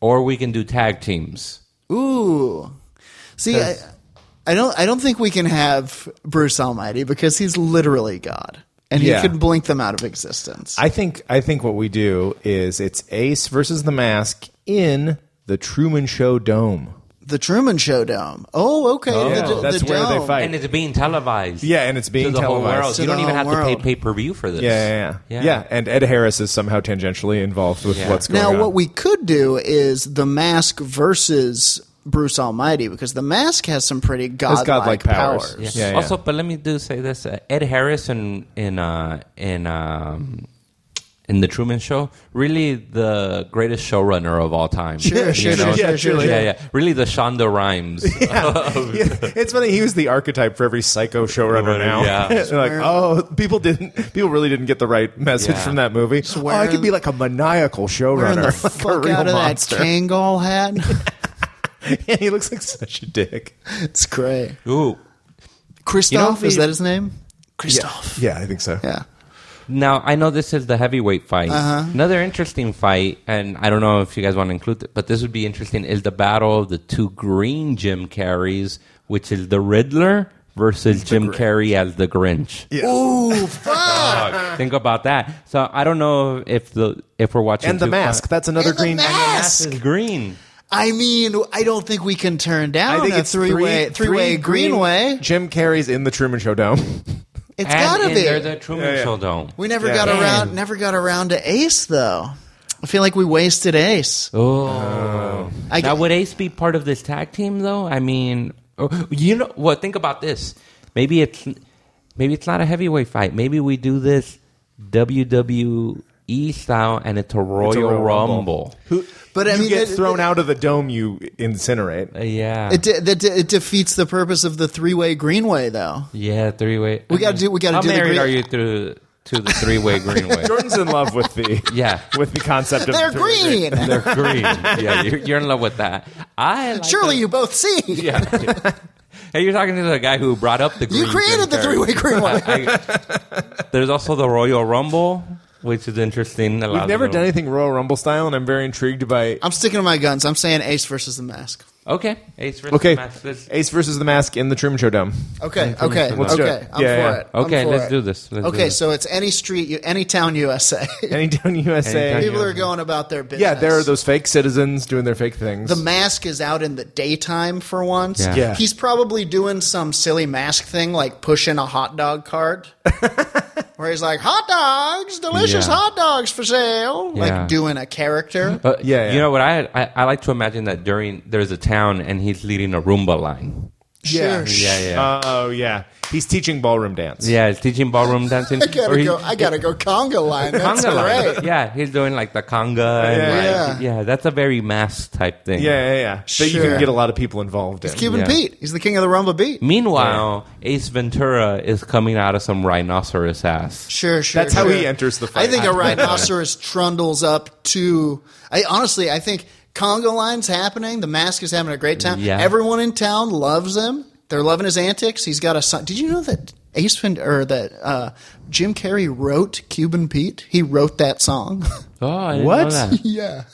Speaker 4: or we can do tag teams.
Speaker 2: Ooh. See, I, I don't I don't think we can have Bruce Almighty because he's literally God. And
Speaker 1: Yeah.
Speaker 2: he could blink them out of existence.
Speaker 1: I think. I think what we do is it's Ace versus the Mask in the Truman Show Dome.
Speaker 2: the Truman Show dome. Oh, okay. the
Speaker 1: Yeah,
Speaker 2: do- the
Speaker 1: that's where they
Speaker 2: dome.
Speaker 1: fight.
Speaker 4: And it's being televised.
Speaker 1: Yeah, and it's being
Speaker 4: to the
Speaker 1: televised.
Speaker 4: whole world.
Speaker 2: To
Speaker 4: You
Speaker 2: the
Speaker 4: don't even have
Speaker 2: whole
Speaker 4: to pay
Speaker 2: world.
Speaker 4: pay per view for this.
Speaker 1: Yeah, yeah, yeah,
Speaker 4: Yeah.
Speaker 1: yeah. And Ed Harris is somehow tangentially involved with
Speaker 4: Yeah.
Speaker 1: what's going
Speaker 2: Now
Speaker 1: on.
Speaker 2: what we could do is the mask versus Bruce Almighty because the mask has some pretty godlike,
Speaker 1: godlike powers.
Speaker 2: powers.
Speaker 1: Yeah, yeah.
Speaker 4: Also, but let me do say this: uh, Ed Harris in in uh, in um, in the Truman Show, really the greatest showrunner of all time.
Speaker 2: Sure,
Speaker 4: You
Speaker 2: sure,
Speaker 4: know?
Speaker 2: sure, sure, sure,
Speaker 4: yeah,
Speaker 2: sure.
Speaker 4: yeah. Really, the Shonda Rhimes. of-
Speaker 1: Yeah, it's funny. He was the archetype for every psycho showrunner now.
Speaker 4: Yeah.
Speaker 1: They're like, oh, people didn't. People really didn't get the right message
Speaker 4: Yeah.
Speaker 1: from that movie. Oh, I could be like a maniacal
Speaker 2: Wearing
Speaker 1: showrunner,
Speaker 2: the
Speaker 1: like a
Speaker 2: fuck
Speaker 1: real
Speaker 2: out of
Speaker 1: monster.
Speaker 2: that Kangol hat.
Speaker 1: yeah, he looks like such a dick.
Speaker 2: it's great.
Speaker 4: Ooh.
Speaker 2: Christoph,
Speaker 4: we-
Speaker 2: is that his name? Christoph.
Speaker 1: Yeah, I think so.
Speaker 2: Yeah.
Speaker 4: Now I know this is the heavyweight fight.
Speaker 2: Uh-huh.
Speaker 4: Another interesting fight, and I don't know if you guys want to include it, but this would be interesting. Is the battle of the two green Jim Carreys, which is the Riddler versus Jim Carrey as the Grinch.
Speaker 2: Ooh, fuck.
Speaker 4: Think about that. So I don't know if the if we're watching
Speaker 1: And the
Speaker 4: two-
Speaker 1: mask. That's another
Speaker 2: And the
Speaker 1: green.
Speaker 2: mask!
Speaker 4: This is green.
Speaker 2: I mean, I don't think we can turn down
Speaker 1: I think
Speaker 2: a
Speaker 1: it's
Speaker 2: three way
Speaker 1: three
Speaker 2: three way
Speaker 1: green-
Speaker 2: greenway.
Speaker 1: Jim Carrey's in the Truman Show Dome.
Speaker 2: It's
Speaker 4: and
Speaker 2: gotta
Speaker 4: in
Speaker 2: be.
Speaker 4: there, the Truman
Speaker 1: Yeah, yeah.
Speaker 4: Show Dome.
Speaker 2: we never
Speaker 1: Yeah.
Speaker 2: got
Speaker 1: Damn.
Speaker 2: around never got around to Ace though. I feel like we wasted Ace.
Speaker 4: Oh.
Speaker 2: I
Speaker 4: now,
Speaker 2: get-
Speaker 4: would Ace be part of this tag team, though? I mean, oh, you know, well, think about this. Maybe it's maybe it's not a heavyweight fight. Maybe we do this WWE style, and it's a Royal,
Speaker 1: It's a Royal
Speaker 4: Rumble.
Speaker 1: Who,
Speaker 2: But, I
Speaker 1: you
Speaker 2: mean,
Speaker 1: get
Speaker 2: it-
Speaker 1: thrown
Speaker 2: it-
Speaker 1: out of the dome, you incinerate.
Speaker 4: Uh, yeah,
Speaker 2: It, de- that de- it defeats the purpose of the three way greenway though.
Speaker 4: yeah, three way.
Speaker 2: We gotta do- we gotta
Speaker 4: How
Speaker 2: do the
Speaker 4: married
Speaker 2: green-
Speaker 4: are you through to the three way greenway?
Speaker 1: Jordan's in love with the
Speaker 4: Yeah.
Speaker 1: with the concept of
Speaker 2: They're
Speaker 1: the Truman Show Dome.
Speaker 2: green.
Speaker 4: They're green. Yeah, you're, you're in love with that. I like
Speaker 2: Surely
Speaker 4: the-
Speaker 2: you both see.
Speaker 4: Yeah. hey, you're talking to the guy who brought up the green.
Speaker 2: You created
Speaker 4: Jim
Speaker 2: the
Speaker 4: Carrey.
Speaker 2: three way greenway.
Speaker 4: I- there's also the Royal Rumble, which is interesting. A lot
Speaker 1: We've
Speaker 4: of
Speaker 1: never
Speaker 4: them-
Speaker 1: done anything Royal Rumble style, and I'm very intrigued by.
Speaker 2: I'm sticking to my guns. I'm saying Ace versus the Mask.
Speaker 4: Okay, Ace versus
Speaker 1: Okay,
Speaker 4: Mask. Let's-
Speaker 1: Ace versus the Mask in the Truman Show Dome.
Speaker 2: Okay, okay,
Speaker 1: Let's do
Speaker 2: okay.
Speaker 1: it.
Speaker 2: I'm
Speaker 1: Yeah,
Speaker 2: for
Speaker 1: yeah.
Speaker 2: it. I'm
Speaker 4: Okay,
Speaker 2: for
Speaker 4: let's
Speaker 2: it.
Speaker 4: do this. Let's do
Speaker 2: okay,
Speaker 4: this.
Speaker 2: so it's any street, you- any town, USA.
Speaker 1: Anytown USA.
Speaker 4: Anytown,
Speaker 2: People are going about their business.
Speaker 1: yeah, there are those fake citizens doing their fake things. Uh,
Speaker 2: the mask is out in the daytime for once.
Speaker 4: Yeah.
Speaker 1: Yeah.
Speaker 2: He's probably doing some silly mask thing like pushing a hot dog cart. where he's like, hot dogs, delicious
Speaker 4: Yeah.
Speaker 2: hot dogs for sale.
Speaker 4: Yeah.
Speaker 2: Like doing a character.
Speaker 4: Uh,
Speaker 1: Yeah, yeah.
Speaker 4: you know what? I, I I like to imagine that during there's a town and he's leading a Roomba line.
Speaker 1: Yeah.
Speaker 2: Sure.
Speaker 4: Yeah, yeah.
Speaker 1: Uh, oh yeah, he's teaching ballroom dance.
Speaker 4: yeah, he's teaching ballroom dancing.
Speaker 2: I gotta
Speaker 4: or he-
Speaker 2: go. I gotta go conga line. That's
Speaker 4: conga line.
Speaker 2: great.
Speaker 4: Yeah, he's doing like the conga. and
Speaker 1: Yeah,
Speaker 4: like, yeah. that's a very mass type thing.
Speaker 1: yeah, yeah. yeah. That you
Speaker 2: Sure.
Speaker 1: can get a lot of people involved in.
Speaker 2: Cuban
Speaker 4: Yeah.
Speaker 2: Pete. He's the king of the rumba beat.
Speaker 4: Meanwhile, Ace Ventura is coming out of some rhinoceros ass.
Speaker 2: Sure, sure.
Speaker 1: That's how
Speaker 2: sure.
Speaker 1: he enters the fight.
Speaker 2: I think a rhinoceros trundles up to. I honestly, I think Congo line's happening. The mask is having a great time.
Speaker 4: Yeah.
Speaker 2: Everyone in town loves him. They're loving his antics. He's got a son. Did you know that Ace Vend- or that uh, Jim Carrey wrote Cuban Pete? He wrote that song.
Speaker 4: Oh, I didn't
Speaker 1: What?
Speaker 4: know that.
Speaker 2: yeah,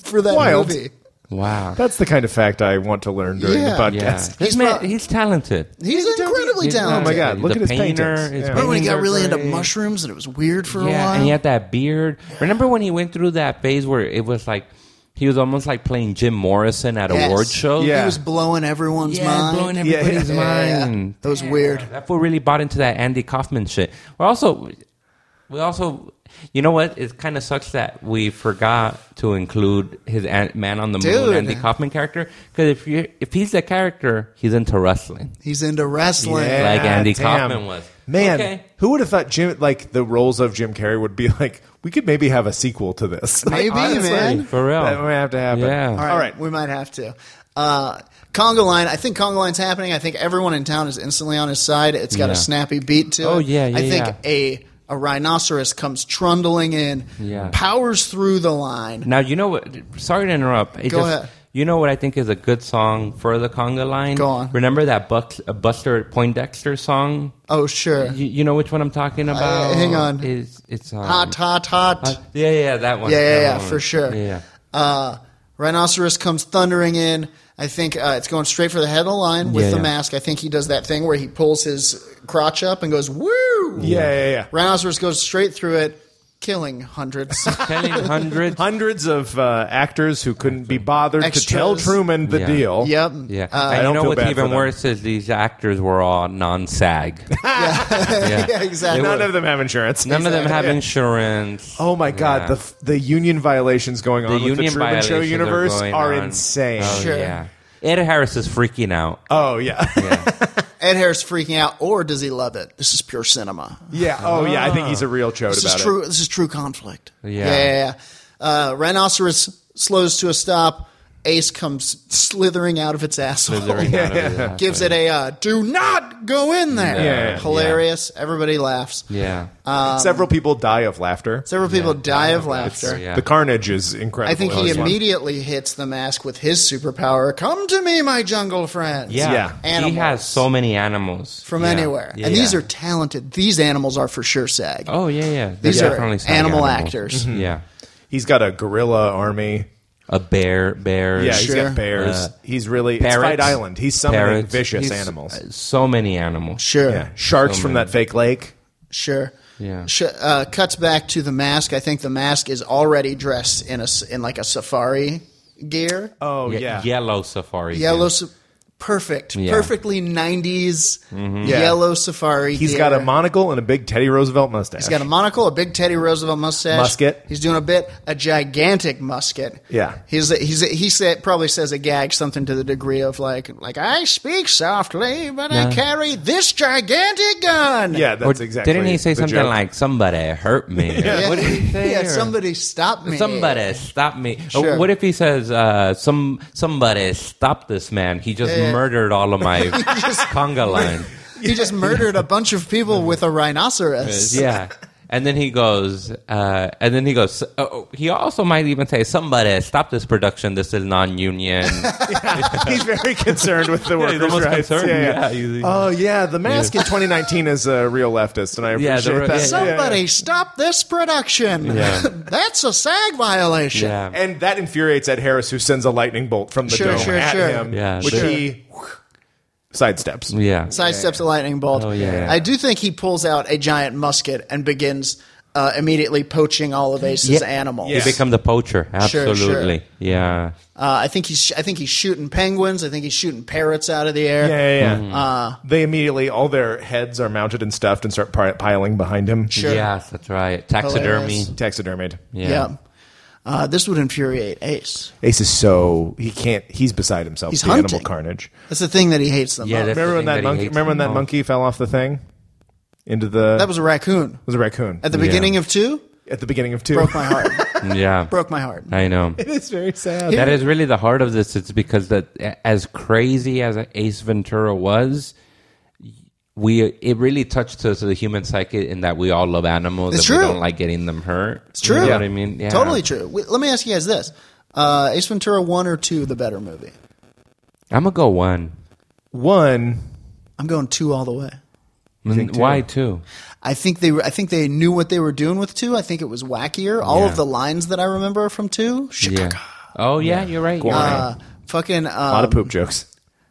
Speaker 2: for that
Speaker 1: Wild.
Speaker 2: movie.
Speaker 4: Wow.
Speaker 1: That's the kind of fact I want to learn during
Speaker 2: Yeah.
Speaker 1: the
Speaker 4: yeah.
Speaker 1: podcast.
Speaker 4: He's,
Speaker 2: He's
Speaker 4: ma-
Speaker 2: not-
Speaker 4: he's talented.
Speaker 2: He's incredibly
Speaker 4: He's
Speaker 2: talented.
Speaker 1: Oh my God,
Speaker 4: He's
Speaker 1: look
Speaker 4: a
Speaker 1: at his
Speaker 4: paintings.
Speaker 1: paintings.
Speaker 4: His
Speaker 1: Yeah.
Speaker 2: Remember when he got
Speaker 4: paintings are
Speaker 2: really into
Speaker 4: great.
Speaker 2: mushrooms and it was weird for a
Speaker 4: Yeah,
Speaker 2: while?
Speaker 4: and he had that beard. Remember when he went through that phase where it was like he was almost like playing Jim Morrison at
Speaker 2: Yes.
Speaker 4: award shows?
Speaker 1: Yeah.
Speaker 2: He was blowing everyone's
Speaker 4: Yeah,
Speaker 2: mind.
Speaker 4: blowing everybody's
Speaker 2: Yeah,
Speaker 4: mind.
Speaker 2: that was weird.
Speaker 4: That fool really bought into that Andy Kaufman shit. We're also, we also, you know what? It kind of sucks that we forgot to include his Ant- man on the moon
Speaker 2: Dude.
Speaker 4: Andy Kaufman character because if you if he's the character, he's into wrestling.
Speaker 2: He's into wrestling.
Speaker 1: Yeah,
Speaker 4: Like Andy Kaufman was.
Speaker 1: Man,
Speaker 4: Okay.
Speaker 1: who would have thought Jim like the roles of Jim Carrey would be like? We could maybe have a sequel to this. Like,
Speaker 2: Maybe,
Speaker 1: honestly,
Speaker 2: man.
Speaker 4: For real.
Speaker 1: that might have to happen.
Speaker 4: Yeah. All
Speaker 2: All right,
Speaker 1: All right.
Speaker 2: we might have to. Uh, Congo line. I think Congo line's happening. I think everyone in town is instantly on his side. It's got
Speaker 4: Yeah.
Speaker 2: a snappy beat to it.
Speaker 4: Oh, yeah, yeah,
Speaker 2: I think
Speaker 4: yeah.
Speaker 2: a a rhinoceros comes trundling in,
Speaker 4: Yeah.
Speaker 2: powers through the line.
Speaker 4: Now you know what? Sorry to interrupt. It
Speaker 2: Go ahead.
Speaker 4: You know what I think is a good song for the conga line.
Speaker 2: Go on.
Speaker 4: Remember that Buck, uh, Buster Poindexter song?
Speaker 2: Oh sure,
Speaker 4: You, you know which one I'm talking about?
Speaker 2: hang on.
Speaker 4: It's, it's um,
Speaker 2: hot, hot, hot.
Speaker 4: Uh, yeah, yeah, that one.
Speaker 2: Yeah, yeah,
Speaker 4: that
Speaker 2: yeah,
Speaker 4: one.
Speaker 2: for sure.
Speaker 4: Yeah, yeah.
Speaker 2: Uh, rhinoceros comes thundering in. I think uh, it's going straight for the head of the line with
Speaker 4: Yeah,
Speaker 2: the
Speaker 4: yeah.
Speaker 2: mask. I think he does that thing where he pulls his crotch up and goes woo.
Speaker 1: Yeah, yeah, yeah.
Speaker 2: Rhinoceros goes straight through it, killing hundreds.
Speaker 4: Telling hundreds.
Speaker 1: Hundreds of uh, actors who couldn't be bothered to tell
Speaker 2: Extras.
Speaker 1: Truman the
Speaker 4: Yeah.
Speaker 1: deal.
Speaker 2: yep.
Speaker 4: Yeah,
Speaker 2: Uh,
Speaker 4: and
Speaker 1: I
Speaker 4: you
Speaker 1: don't
Speaker 4: know
Speaker 1: feel
Speaker 4: what's
Speaker 1: bad for
Speaker 4: even
Speaker 1: them.
Speaker 4: worse is these actors were all non-SAG. yeah.
Speaker 2: yeah, exactly.
Speaker 1: None of them have insurance.
Speaker 4: None of them have
Speaker 1: Yeah.
Speaker 4: insurance.
Speaker 1: Oh my God!
Speaker 4: Yeah.
Speaker 1: The f- the union violations going on
Speaker 4: the
Speaker 1: with
Speaker 4: union
Speaker 1: the Truman Show
Speaker 4: violations
Speaker 1: universe
Speaker 4: are, going
Speaker 1: are
Speaker 4: on.
Speaker 1: insane.
Speaker 4: Oh,
Speaker 2: Sure.
Speaker 4: Yeah. Ed Harris is freaking out.
Speaker 1: Oh yeah,
Speaker 2: Ed Harris freaking out, or does he love it? This is pure cinema.
Speaker 1: yeah. Oh yeah. I think he's a real chode
Speaker 2: This
Speaker 1: about
Speaker 2: is
Speaker 1: it.
Speaker 2: true. This is true conflict.
Speaker 4: Yeah.
Speaker 2: yeah, yeah, yeah. Uh, rhinoceros slows to a stop. Ace comes slithering out of its asshole.
Speaker 4: Slithering out of his ass.
Speaker 2: Gives it a uh, "Do not go in there."
Speaker 1: Yeah, yeah,
Speaker 2: hilarious. Everybody laughs.
Speaker 4: Yeah.
Speaker 1: uh,
Speaker 2: Um,
Speaker 1: Several people die of laughter.
Speaker 2: Several people die of
Speaker 4: It's-
Speaker 2: laughter.
Speaker 4: yeah. Oh,
Speaker 1: The carnage is incredible.
Speaker 2: I think
Speaker 1: in
Speaker 2: he
Speaker 1: this one.
Speaker 2: immediately hits the mask with his superpower. Come to me, my jungle friends.
Speaker 4: Yeah.
Speaker 1: Yeah.
Speaker 2: Animals.
Speaker 4: He has so many animals.
Speaker 2: from
Speaker 4: Yeah.
Speaker 2: anywhere.
Speaker 4: Yeah,
Speaker 2: and these
Speaker 4: yeah.
Speaker 2: are talented. These animals are for sure SAG.
Speaker 4: Oh yeah, yeah. They're
Speaker 2: These are
Speaker 4: definitely SAG
Speaker 2: animal
Speaker 4: animals. Mm-hmm.
Speaker 2: actors.
Speaker 1: Mm-hmm.
Speaker 2: Mhm.
Speaker 4: Yeah.
Speaker 1: He's got a gorilla army.
Speaker 4: A bear, bear.
Speaker 1: Yeah, he's
Speaker 2: Sure.
Speaker 1: got bears.
Speaker 4: Uh,
Speaker 1: he's really it's
Speaker 4: parrots.
Speaker 1: Fight Island. He's summoning
Speaker 4: Parrots.
Speaker 1: vicious
Speaker 4: He's-
Speaker 1: animals.
Speaker 4: uh, So many animals.
Speaker 2: Sure,
Speaker 1: yeah, sharks from that fake lake.
Speaker 2: sure.
Speaker 4: Yeah.
Speaker 2: Sh- uh, cuts back to the mask. I think the mask is already dressed in a s- in like a safari gear.
Speaker 1: Oh
Speaker 4: Ye-
Speaker 1: yeah,
Speaker 4: Yellow safari.
Speaker 2: yellow,
Speaker 4: yeah.
Speaker 2: sa- perfect,
Speaker 4: Yeah.
Speaker 2: perfectly 90s
Speaker 1: Mm-hmm. Yeah.
Speaker 2: yellow safari.
Speaker 1: He's
Speaker 2: gear.
Speaker 1: got a monocle and a big Teddy Roosevelt mustache.
Speaker 2: He's got a monocle, a big Teddy Roosevelt mustache,
Speaker 1: Musket.
Speaker 2: He's doing a bit, a gigantic musket.
Speaker 1: Yeah.
Speaker 2: he's he's he said probably says a gag something to the degree of like like I speak softly, but I
Speaker 4: Yeah.
Speaker 2: carry this gigantic gun.
Speaker 1: yeah,
Speaker 4: Or
Speaker 1: that's exactly.
Speaker 4: Didn't he say
Speaker 1: the
Speaker 4: something
Speaker 1: joke.
Speaker 4: like "somebody hurt me"?
Speaker 1: Yeah.
Speaker 4: What did he say?
Speaker 2: Yeah,
Speaker 4: Or-
Speaker 2: somebody stop me.
Speaker 4: Somebody stop me. Or
Speaker 2: Sure.
Speaker 4: What if he says, uh, "Some somebody stop this man. He just
Speaker 2: Yeah.
Speaker 4: murdered all of my conga line."
Speaker 2: He just murdered a bunch of people with a rhinoceros.
Speaker 4: Yeah. And then he goes, uh, and then he goes. Uh, oh, he also might even say, "Somebody stop this production. This is non-union."
Speaker 1: he's very concerned with the workers'
Speaker 4: he's almost
Speaker 1: rights.
Speaker 4: concerned.
Speaker 1: Yeah, yeah.
Speaker 4: Yeah, he's-
Speaker 1: oh yeah, the mask in 2019 is a real leftist, and I
Speaker 4: Yeah,
Speaker 1: appreciate
Speaker 4: the re-
Speaker 1: that.
Speaker 4: yeah,
Speaker 2: Somebody stop this production.
Speaker 4: Yeah.
Speaker 2: That's a SAG violation.
Speaker 4: yeah.
Speaker 1: And that infuriates Ed Harris, who sends a lightning bolt from the
Speaker 2: Sure,
Speaker 1: dome
Speaker 2: sure,
Speaker 1: at
Speaker 2: sure.
Speaker 1: him,
Speaker 4: Yeah,
Speaker 1: which
Speaker 4: sure.
Speaker 1: he sidesteps.
Speaker 4: yeah.
Speaker 2: sidesteps a lightning bolt.
Speaker 4: Oh, yeah, yeah.
Speaker 2: I do think he pulls out a giant musket and begins uh, immediately poaching all of Ace's
Speaker 4: Yeah.
Speaker 2: animals.
Speaker 1: Yeah.
Speaker 4: He becomes a poacher.
Speaker 2: Sure, sure.
Speaker 4: Absolutely. Yeah.
Speaker 2: Uh, I think he's I think he's shooting penguins. I think he's shooting parrots out of the air.
Speaker 1: Yeah, yeah.
Speaker 4: Mm-hmm.
Speaker 1: yeah.
Speaker 2: Uh,
Speaker 1: they immediately all their heads are mounted and stuffed and start pi- piling behind him.
Speaker 2: Sure.
Speaker 4: Yes, that's right. Taxidermy.
Speaker 2: Hilarious.
Speaker 1: Taxidermied.
Speaker 4: Yeah.
Speaker 2: Yeah. Uh, this would infuriate Ace.
Speaker 1: Ace is so he can't. He's beside himself.
Speaker 2: He's
Speaker 1: with the animal
Speaker 2: hunting.
Speaker 1: carnage.
Speaker 2: That's the thing that he hates the
Speaker 4: Yeah,
Speaker 2: most.
Speaker 4: that's-
Speaker 1: Remember
Speaker 4: the
Speaker 1: when
Speaker 4: thing
Speaker 1: that
Speaker 4: that he
Speaker 1: monkey?
Speaker 4: hates
Speaker 1: Remember when
Speaker 4: the
Speaker 1: that
Speaker 4: most.
Speaker 1: monkey fell off the thing into the?
Speaker 2: That was a raccoon.
Speaker 1: was a raccoon
Speaker 2: At the beginning of two,
Speaker 1: at the beginning of two.
Speaker 2: broke my heart.
Speaker 4: Yeah.
Speaker 2: broke my heart.
Speaker 4: I know.
Speaker 1: it's very sad.
Speaker 4: That is really the heart of this. It's because that as crazy as Ace Ventura was, we it really touched us the human psyche in that we all love animals
Speaker 2: It's
Speaker 4: and we
Speaker 2: true.
Speaker 4: don't like getting them hurt.
Speaker 2: It's true.
Speaker 4: You know what I mean? Yeah.
Speaker 2: Totally true. Wait, let me ask you guys this: uh, Ace Ventura one or two, the better movie?
Speaker 4: I'm gonna go one.
Speaker 1: One.
Speaker 2: I'm going two all the way.
Speaker 4: Mm, Why two?
Speaker 2: I think they were, I think they knew what they were doing with two. I think it was wackier. All of the lines that I remember are from two.
Speaker 4: Yeah. Oh yeah, you're right. You're
Speaker 2: Uh,
Speaker 4: right.
Speaker 2: fucking
Speaker 1: A lot of
Speaker 2: um,
Speaker 1: poop jokes.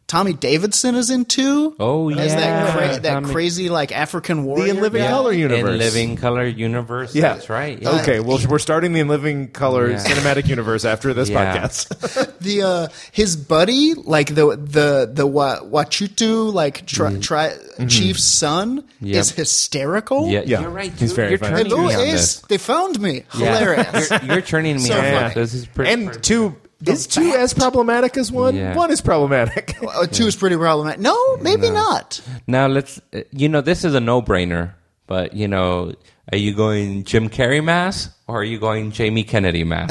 Speaker 2: Tommy Davidson is in two.
Speaker 4: Oh yeah.
Speaker 2: As that cra- that
Speaker 4: Tommy-
Speaker 2: crazy like African warrior.
Speaker 1: The In Living
Speaker 2: guy.
Speaker 1: Color universe.
Speaker 4: In living color universe.
Speaker 1: Yeah.
Speaker 4: That's right.
Speaker 2: Oh,
Speaker 4: Yeah.
Speaker 1: Okay. Well, we're starting the In Living Color
Speaker 4: Yeah.
Speaker 1: cinematic universe after this
Speaker 4: Yeah.
Speaker 1: podcast.
Speaker 2: the uh, his buddy, like the the the Wa- Wachutu like tri- tri- chief's son,
Speaker 4: Mm-hmm. Yep.
Speaker 2: is hysterical.
Speaker 4: Yeah,
Speaker 1: Yeah.
Speaker 4: you're right.
Speaker 1: He's
Speaker 4: dude.
Speaker 1: very
Speaker 4: you're
Speaker 1: funny.
Speaker 4: turning
Speaker 2: Hello,
Speaker 4: me on
Speaker 2: Ace.
Speaker 4: this.
Speaker 2: They found me.
Speaker 4: Yeah.
Speaker 2: Hilarious.
Speaker 4: You're, you're turning me on.
Speaker 1: Yeah.
Speaker 4: This. This is pretty.
Speaker 1: and
Speaker 4: pretty-
Speaker 1: two is two as problematic as one.
Speaker 4: Yeah.
Speaker 1: One is problematic.
Speaker 2: Uh, Two is pretty problematic. No, maybe not.
Speaker 4: Now let's. uh, You know, this is a no-brainer. But you know, are you going Jim Carrey mass or are you going Jamie Kennedy mass?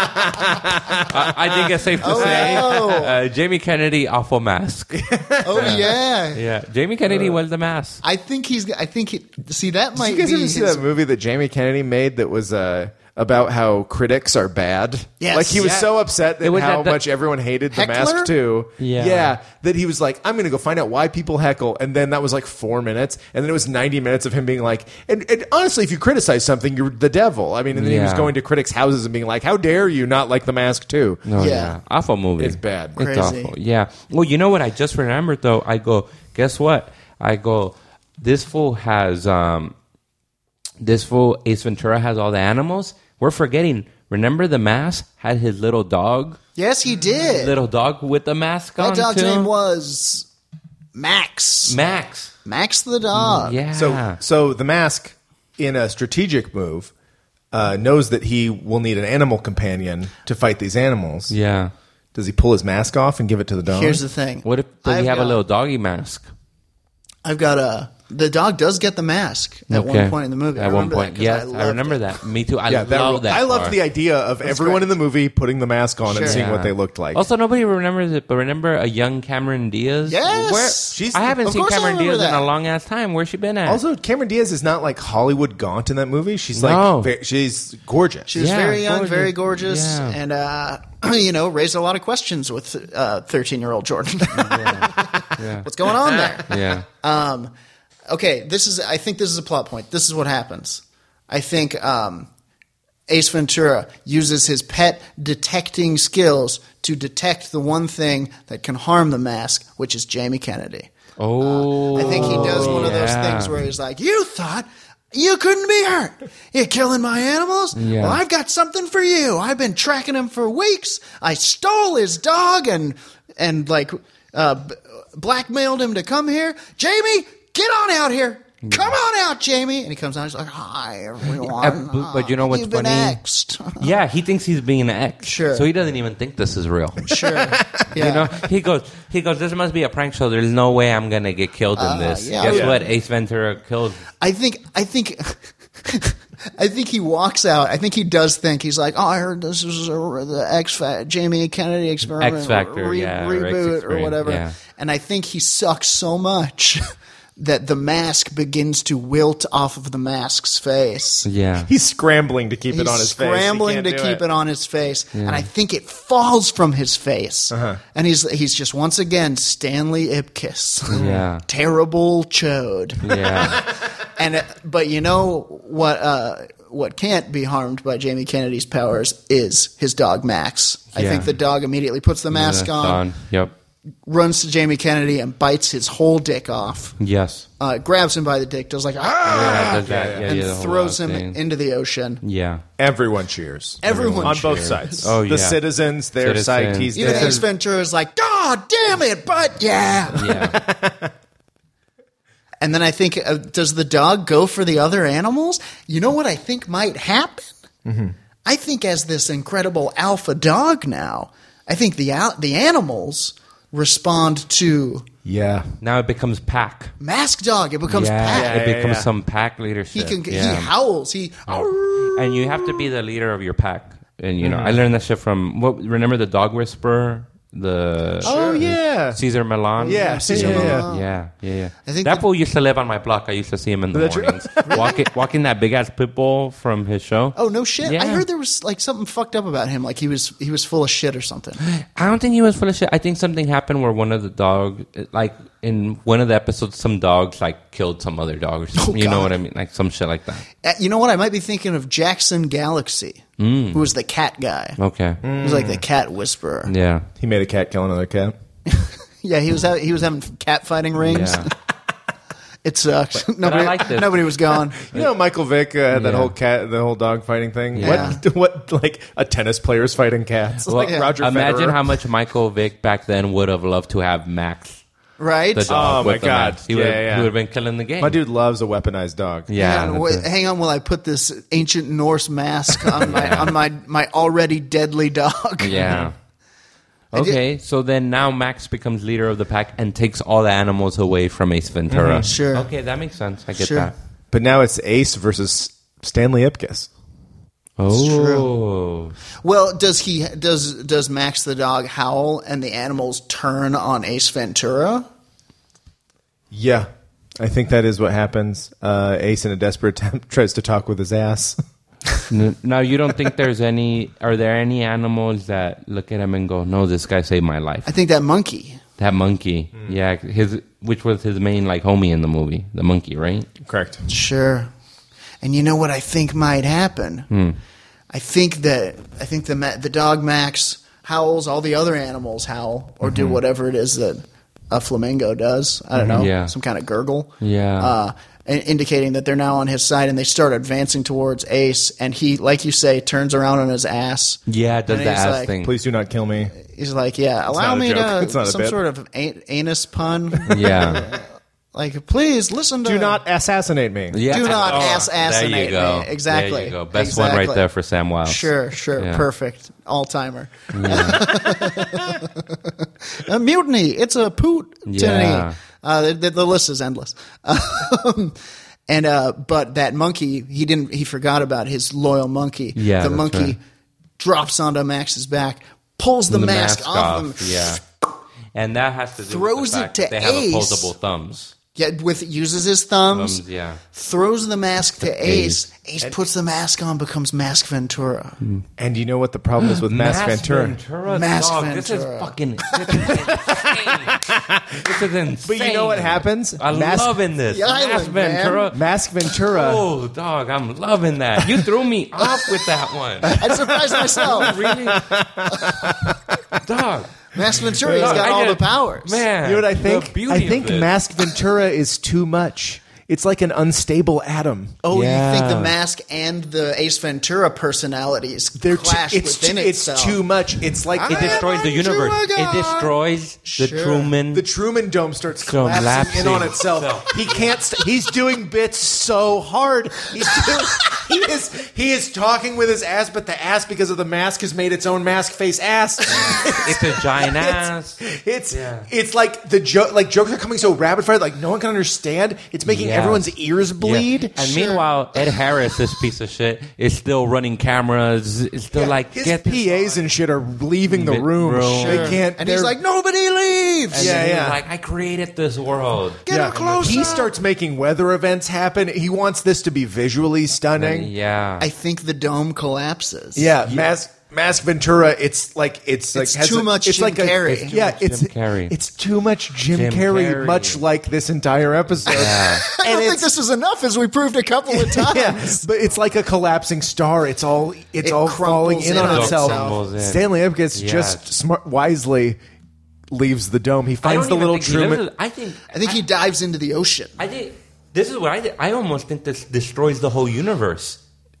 Speaker 4: I, I think it's safe to say
Speaker 2: wow.
Speaker 4: uh, Jamie Kennedy awful mask.
Speaker 2: Oh yeah.
Speaker 4: yeah, Jamie Kennedy was the mask.
Speaker 2: I think he's. I think he, see that might
Speaker 1: you guys
Speaker 2: be.
Speaker 1: ever see
Speaker 2: his-
Speaker 1: that movie that Jamie Kennedy made that was uh, about how critics are bad?
Speaker 2: Yes.
Speaker 1: Like he was
Speaker 4: Yeah.
Speaker 1: so upset that
Speaker 4: It was
Speaker 1: how
Speaker 4: at the-
Speaker 1: much everyone hated the mask
Speaker 2: Heckler?
Speaker 1: too.
Speaker 4: Yeah.
Speaker 1: That he was like, I'm gonna go find out why people heckle. And then that was like four minutes, and then it was ninety minutes of him being like and, and honestly, if you criticize something, you're the devil. I mean, and then he was
Speaker 4: Yeah.
Speaker 1: going to critics' houses and being like, How dare you not like the mask too?
Speaker 4: No,
Speaker 2: Yeah.
Speaker 4: Oh, yeah. Awful movie.
Speaker 1: It's bad.
Speaker 4: It's
Speaker 2: Crazy.
Speaker 4: awful. Yeah. Well, you know what? I just remembered though. I go. Guess what? I go. This fool has. um This fool Ace Ventura has all the animals. We're forgetting. Remember the mask had his little dog.
Speaker 2: Yes, he did.
Speaker 4: Little dog with the mask on.
Speaker 2: that dog's
Speaker 4: too?
Speaker 2: name was Max.
Speaker 4: Max.
Speaker 2: Max the dog.
Speaker 4: Yeah.
Speaker 1: So, so the mask, in a strategic move, uh, knows that he will need an animal companion to fight these animals.
Speaker 4: yeah.
Speaker 1: Does he pull his mask off and give it to the dog?
Speaker 2: Here's the thing.
Speaker 4: What if does
Speaker 2: I've
Speaker 4: he have
Speaker 2: got-
Speaker 4: a little doggy mask?
Speaker 2: I've got a. The dog does get the mask at one
Speaker 4: Okay.
Speaker 2: point in the movie. I
Speaker 4: At one
Speaker 2: remember that
Speaker 4: point,
Speaker 2: 'cause
Speaker 4: yes,
Speaker 2: loved
Speaker 4: I, remember
Speaker 2: it.
Speaker 4: that. Me too. I
Speaker 1: yeah, that,
Speaker 4: love that.
Speaker 1: I loved
Speaker 4: part.
Speaker 1: the idea of everyone
Speaker 2: great.
Speaker 1: in the movie putting the mask on and
Speaker 2: Sure.
Speaker 1: seeing what
Speaker 4: Yeah.
Speaker 1: they looked like.
Speaker 4: Also, nobody remembers it, but remember a young Cameron Diaz?
Speaker 2: Yes!
Speaker 4: Where-
Speaker 1: She's-
Speaker 4: I haven't
Speaker 2: of
Speaker 4: seen
Speaker 2: course I
Speaker 4: Cameron
Speaker 2: remember
Speaker 4: Diaz in
Speaker 2: that.
Speaker 4: a long ass time. Where's she been at?
Speaker 1: Also, Cameron Diaz is not like Hollywood gaunt in that movie. She's
Speaker 4: No.
Speaker 1: like ve- she's gorgeous.
Speaker 2: She was
Speaker 4: Yeah,
Speaker 2: very young,
Speaker 4: gorgeous.
Speaker 2: very gorgeous,
Speaker 4: Yeah.
Speaker 2: and uh, you know raised a lot of questions with uh, thirteen-year-old Jordan. What's going on there?
Speaker 4: yeah,
Speaker 2: Um, okay, this is. I think this is a plot point. This is what happens. I think um, Ace Ventura uses his pet detecting skills to detect the one thing that can harm the mask, which is Jamie Kennedy.
Speaker 4: oh,
Speaker 2: I think he does one of those
Speaker 4: yeah.
Speaker 2: things where he's like, "You thought." You couldn't be hurt. You're killing my animals.
Speaker 4: Yeah.
Speaker 2: Well, I've got something for you. I've been tracking him for weeks. I stole his dog and and like uh, b- blackmailed him to come here. Jamie, get on out here. Come on out, Jamie. And he comes out. He's like, "Hi, everyone."
Speaker 4: Uh, but- but you know what's
Speaker 2: You've been
Speaker 4: funny?
Speaker 2: axed."
Speaker 4: yeah, he thinks he's being an ex,
Speaker 2: Sure.
Speaker 4: So he doesn't even think this is real.
Speaker 2: sure. Yeah.
Speaker 4: You know, he goes, he goes. This must be a prank show. There's no way I'm gonna get killed in this.
Speaker 2: Uh, yeah.
Speaker 4: Guess
Speaker 2: Yeah.
Speaker 4: what? Ace Ventura killed.
Speaker 2: I think I think I think he walks out. I think he does think he's like, oh, I heard this is a, the X Factor, Jamie Kennedy experiment,
Speaker 4: X Factor,
Speaker 2: re-
Speaker 4: yeah, or X
Speaker 2: reboot or,
Speaker 4: experiment,
Speaker 2: whatever.
Speaker 4: yeah.
Speaker 2: And I think he sucks so much that the mask begins to wilt off of the mask's face.
Speaker 4: Yeah,
Speaker 1: he's scrambling to keep it
Speaker 2: He's
Speaker 1: on his face. He
Speaker 2: scrambling
Speaker 1: can't
Speaker 2: to
Speaker 1: do
Speaker 2: keep it. on his face, and I think it falls from his face.
Speaker 1: Uh-huh.
Speaker 2: And he's he's just once again Stanley Ipkiss,
Speaker 4: Yeah.
Speaker 2: terrible chode.
Speaker 4: yeah,
Speaker 2: And uh, but you know what? Uh, what can't be harmed by Jamie Kennedy's powers is his dog Max. I
Speaker 4: Yeah.
Speaker 2: think the dog immediately puts the mask
Speaker 4: Yeah,
Speaker 2: on,
Speaker 4: Don. Yep.
Speaker 2: runs to Jamie Kennedy, and bites his whole dick off.
Speaker 4: Yes.
Speaker 2: Uh, grabs him by the dick, does like
Speaker 4: Yeah,
Speaker 2: ah,
Speaker 4: does that. Yeah,
Speaker 2: and
Speaker 4: yeah, the whole
Speaker 2: throws him
Speaker 4: thing.
Speaker 2: into the ocean.
Speaker 4: Yeah.
Speaker 1: Everyone cheers.
Speaker 2: Everyone
Speaker 1: on both
Speaker 2: cheers.
Speaker 1: sides.
Speaker 4: Oh,
Speaker 1: the
Speaker 4: yeah.
Speaker 1: citizens, their
Speaker 4: Citizens.
Speaker 1: side. He's
Speaker 2: Even
Speaker 1: dead.
Speaker 2: Ace Ventura is like, God damn it, but yeah.
Speaker 4: Yeah.
Speaker 2: And then I think, uh, does the dog go for the other animals? You know what I think might happen?
Speaker 4: Mm-hmm.
Speaker 2: I think as this incredible alpha dog now, I think the al- the animals respond to
Speaker 1: Yeah.
Speaker 4: Now it becomes pack.
Speaker 2: mask dog. It becomes
Speaker 4: yeah,
Speaker 2: pack.
Speaker 4: it
Speaker 1: Yeah, yeah,
Speaker 4: becomes
Speaker 1: yeah.
Speaker 4: some pack
Speaker 2: He
Speaker 4: leadership.
Speaker 2: can
Speaker 4: Yeah. Oh.
Speaker 2: he howls. He
Speaker 4: and you have to be the leader of your pack. And you know,
Speaker 1: Mm.
Speaker 4: I learned that shit from what? Remember the dog whisperer, the
Speaker 1: Oh yeah.
Speaker 4: Caesar Milan.
Speaker 1: Yeah, Caesar
Speaker 4: yeah,
Speaker 1: Milan.
Speaker 4: Yeah, yeah, yeah.
Speaker 2: I think
Speaker 4: that
Speaker 2: the-
Speaker 4: fool used to live on my block. I used to see him in the
Speaker 1: That's right.
Speaker 4: mornings, walking, walking that big ass pit bull from his show.
Speaker 2: Oh no shit!
Speaker 4: Yeah.
Speaker 2: I heard there was like something fucked up about him. Like he was he was full of shit or something.
Speaker 4: I don't think he was full of shit. I think something happened where one of the dog, like in one of the episodes, some dogs like killed some other dog or something. you know
Speaker 2: Oh, God.
Speaker 4: what I mean? Like some shit like that.
Speaker 2: Uh, you know what? I might be thinking of Jackson Galaxy,
Speaker 4: Mm.
Speaker 2: who was the cat guy.
Speaker 4: Okay.
Speaker 1: Mm.
Speaker 2: He was like the cat whisperer. Yeah,
Speaker 4: Mm. Yeah.
Speaker 1: He made a cat kill another cat.
Speaker 2: he was ha- he was having cat fighting rings.
Speaker 4: Yeah.
Speaker 2: It sucks. nobody,
Speaker 4: like this.
Speaker 2: nobody was going.
Speaker 1: You know, Michael Vick uh, had that
Speaker 4: Yeah.
Speaker 1: whole cat, the whole dog fighting thing.
Speaker 4: Yeah.
Speaker 1: What, what, like a tennis player's fighting cats? like
Speaker 4: Well,
Speaker 1: Roger
Speaker 4: imagine
Speaker 1: Federer.
Speaker 4: how much Michael Vick back then would have loved to have Max
Speaker 2: Right?
Speaker 4: the dog.
Speaker 1: Oh, my
Speaker 4: with the
Speaker 1: God.
Speaker 4: Max. He
Speaker 1: Yeah,
Speaker 4: would have,
Speaker 1: yeah.
Speaker 4: he would have been killing the game.
Speaker 1: My dude loves a weaponized dog.
Speaker 4: yeah.
Speaker 2: hang, on,
Speaker 4: that's
Speaker 2: wait,
Speaker 4: it.
Speaker 2: hang on while I put this ancient Norse mask on my on my my already deadly dog.
Speaker 4: Yeah. Okay, so then now Max becomes leader of the pack and takes all the animals away from Ace Ventura.
Speaker 2: Mm-hmm, Sure.
Speaker 4: Okay, that makes sense. I get
Speaker 2: Sure.
Speaker 4: that.
Speaker 1: But now it's Ace versus Stanley Ipkiss.
Speaker 4: Oh,
Speaker 2: Well, does he does does Max the dog howl and the animals turn on Ace Ventura?
Speaker 1: Yeah. I think that is what happens. Uh, Ace, in a desperate attempt, tries to talk with his ass.
Speaker 4: N- now you don't think there's any? Are there any animals that look at him and go, "No, this guy saved my life."
Speaker 2: I think that monkey.
Speaker 4: That monkey,
Speaker 1: Hmm.
Speaker 4: yeah, his which was his main like homie in the movie, the monkey, right?
Speaker 1: Correct.
Speaker 2: Sure. And you know what I think might happen?
Speaker 4: Hmm.
Speaker 2: I think that I think the ma- the dog Max howls. All the other animals howl or
Speaker 4: Mm-hmm.
Speaker 2: do whatever it is that a flamingo does. I don't know.
Speaker 4: Yeah.
Speaker 2: Some kind of gurgle.
Speaker 4: Yeah.
Speaker 2: Uh, in- indicating that they're now on his side, and they start advancing towards Ace. And he, like you say, turns around on his ass.
Speaker 4: Yeah, does
Speaker 2: And
Speaker 4: the
Speaker 2: he's
Speaker 4: ass
Speaker 2: like,
Speaker 4: thing?
Speaker 1: Please do not kill me.
Speaker 2: He's like, "Yeah, allow
Speaker 1: not a
Speaker 2: me
Speaker 1: joke.
Speaker 2: to
Speaker 1: It's not a
Speaker 2: some
Speaker 1: bit.
Speaker 2: sort of an- anus pun.
Speaker 4: Yeah,
Speaker 2: like, please listen to
Speaker 1: Do not assassinate me.
Speaker 4: yeah. Oh,
Speaker 2: Do not assassinate
Speaker 4: There you
Speaker 2: me.
Speaker 4: go.
Speaker 2: Exactly.
Speaker 4: There you go. Best one
Speaker 2: Exactly.
Speaker 4: right there for Sam Wiles.
Speaker 2: Sure, sure.
Speaker 4: Yeah.
Speaker 2: Perfect. All timer. a mutiny. It's a poot.
Speaker 4: Yeah.
Speaker 2: Yeah. Uh, the, the- the list is endless. Um, and uh, but that monkey, he didn't. He forgot about his loyal monkey.
Speaker 4: Yeah,
Speaker 2: the
Speaker 4: that's
Speaker 2: monkey
Speaker 4: right.
Speaker 2: drops onto Max's back, pulls the, mask, off, him.
Speaker 4: Yeah. And that has to do
Speaker 2: Throws
Speaker 4: with the fact
Speaker 2: it to
Speaker 4: that they have
Speaker 2: Ace.
Speaker 4: opposable thumbs.
Speaker 2: Yeah, with uses his thumbs,
Speaker 4: Thumbs, yeah.
Speaker 2: throws the mask to Ace.
Speaker 4: Ace.
Speaker 2: Ace puts the mask on, becomes Mask Ventura.
Speaker 1: And you know what the problem is with Mass Ventura?
Speaker 2: Mass
Speaker 4: dog, This is
Speaker 2: Ventura.
Speaker 4: fucking. This is insane. This is
Speaker 1: But
Speaker 4: insane.
Speaker 1: you know what happens?
Speaker 4: I'm
Speaker 1: Mass,
Speaker 4: loving this.
Speaker 2: The
Speaker 4: Mass
Speaker 2: island, man.
Speaker 4: Ventura.
Speaker 1: Mask Ventura.
Speaker 4: Oh, dog, I'm loving that. You threw me off with that one.
Speaker 2: I surprised myself.
Speaker 4: Really? dog.
Speaker 2: Mask Ventura's
Speaker 4: dog,
Speaker 2: got
Speaker 4: I
Speaker 2: all the
Speaker 4: did-
Speaker 2: powers.
Speaker 4: Man.
Speaker 1: You know what I
Speaker 4: the
Speaker 1: think?
Speaker 4: beauty
Speaker 1: I
Speaker 4: of
Speaker 1: think
Speaker 4: this.
Speaker 1: Mask Ventura is too much. It's like an unstable atom.
Speaker 2: Oh,
Speaker 4: Yeah.
Speaker 2: you think the mask and the Ace Ventura personalities
Speaker 1: They're too-
Speaker 2: clash
Speaker 1: it's
Speaker 2: within
Speaker 1: too,
Speaker 2: itself? Ah.
Speaker 1: It's too much. It's like
Speaker 4: It destroys the universe. It destroys the
Speaker 2: Sure.
Speaker 4: Truman.
Speaker 1: The Truman Dome starts
Speaker 4: Some
Speaker 1: collapsing in on
Speaker 4: lapsing.
Speaker 1: itself. he can't. St- he's doing bits so hard. He's doing, he is he is talking with his ass, but the ass because of the mask has made its own mask face ass.
Speaker 4: it's a giant ass.
Speaker 1: It's
Speaker 4: Yeah.
Speaker 1: it's like the joke. Like jokes are coming so rapid fire, like no one can understand. It's making
Speaker 4: Yeah.
Speaker 1: everyone's ears bleed.
Speaker 4: Yeah. And meanwhile, Ed Harris, this piece of shit, is still running cameras. Is still like
Speaker 1: his
Speaker 4: get this
Speaker 1: PAs and shit are leaving the
Speaker 4: Mid-
Speaker 1: room.
Speaker 4: room.
Speaker 1: They can't.
Speaker 2: and he's
Speaker 1: they're-
Speaker 2: like, nobody leaves.
Speaker 4: And
Speaker 1: Yeah,
Speaker 4: he's
Speaker 1: yeah.
Speaker 4: Like I created this world.
Speaker 2: Get her closer.
Speaker 1: He starts making weather events happen. He wants this to be visually stunning.
Speaker 4: Yeah.
Speaker 2: I think the dome collapses.
Speaker 1: Yeah, Mask Mask Ventura. It's like it's like
Speaker 2: It's too much Jim Carrey. It's too
Speaker 1: yeah,
Speaker 4: much
Speaker 1: it's
Speaker 4: Jim Carrey.
Speaker 1: It's too much Jim,
Speaker 4: Jim
Speaker 1: Carrey,
Speaker 4: Carrey.
Speaker 1: Much like this entire episode.
Speaker 2: I
Speaker 1: And
Speaker 2: don't think
Speaker 1: it's-
Speaker 2: this is enough, as we proved a couple of times.
Speaker 1: Yeah, but it's like a collapsing star. It's all it's
Speaker 2: It
Speaker 1: all falling
Speaker 2: crumples
Speaker 1: in
Speaker 2: in
Speaker 1: on
Speaker 2: on
Speaker 1: itself.
Speaker 4: itself. Crumples in.
Speaker 1: Stanley Ipkiss
Speaker 4: Yeah.
Speaker 1: just smart wisely leaves the dome. He
Speaker 4: I don't
Speaker 1: finds the
Speaker 4: even
Speaker 1: little
Speaker 4: think he lives
Speaker 1: Truman.
Speaker 4: with- I think.
Speaker 2: I think he dives into the ocean.
Speaker 4: I think this is what I. thi- I almost think this destroys the whole universe.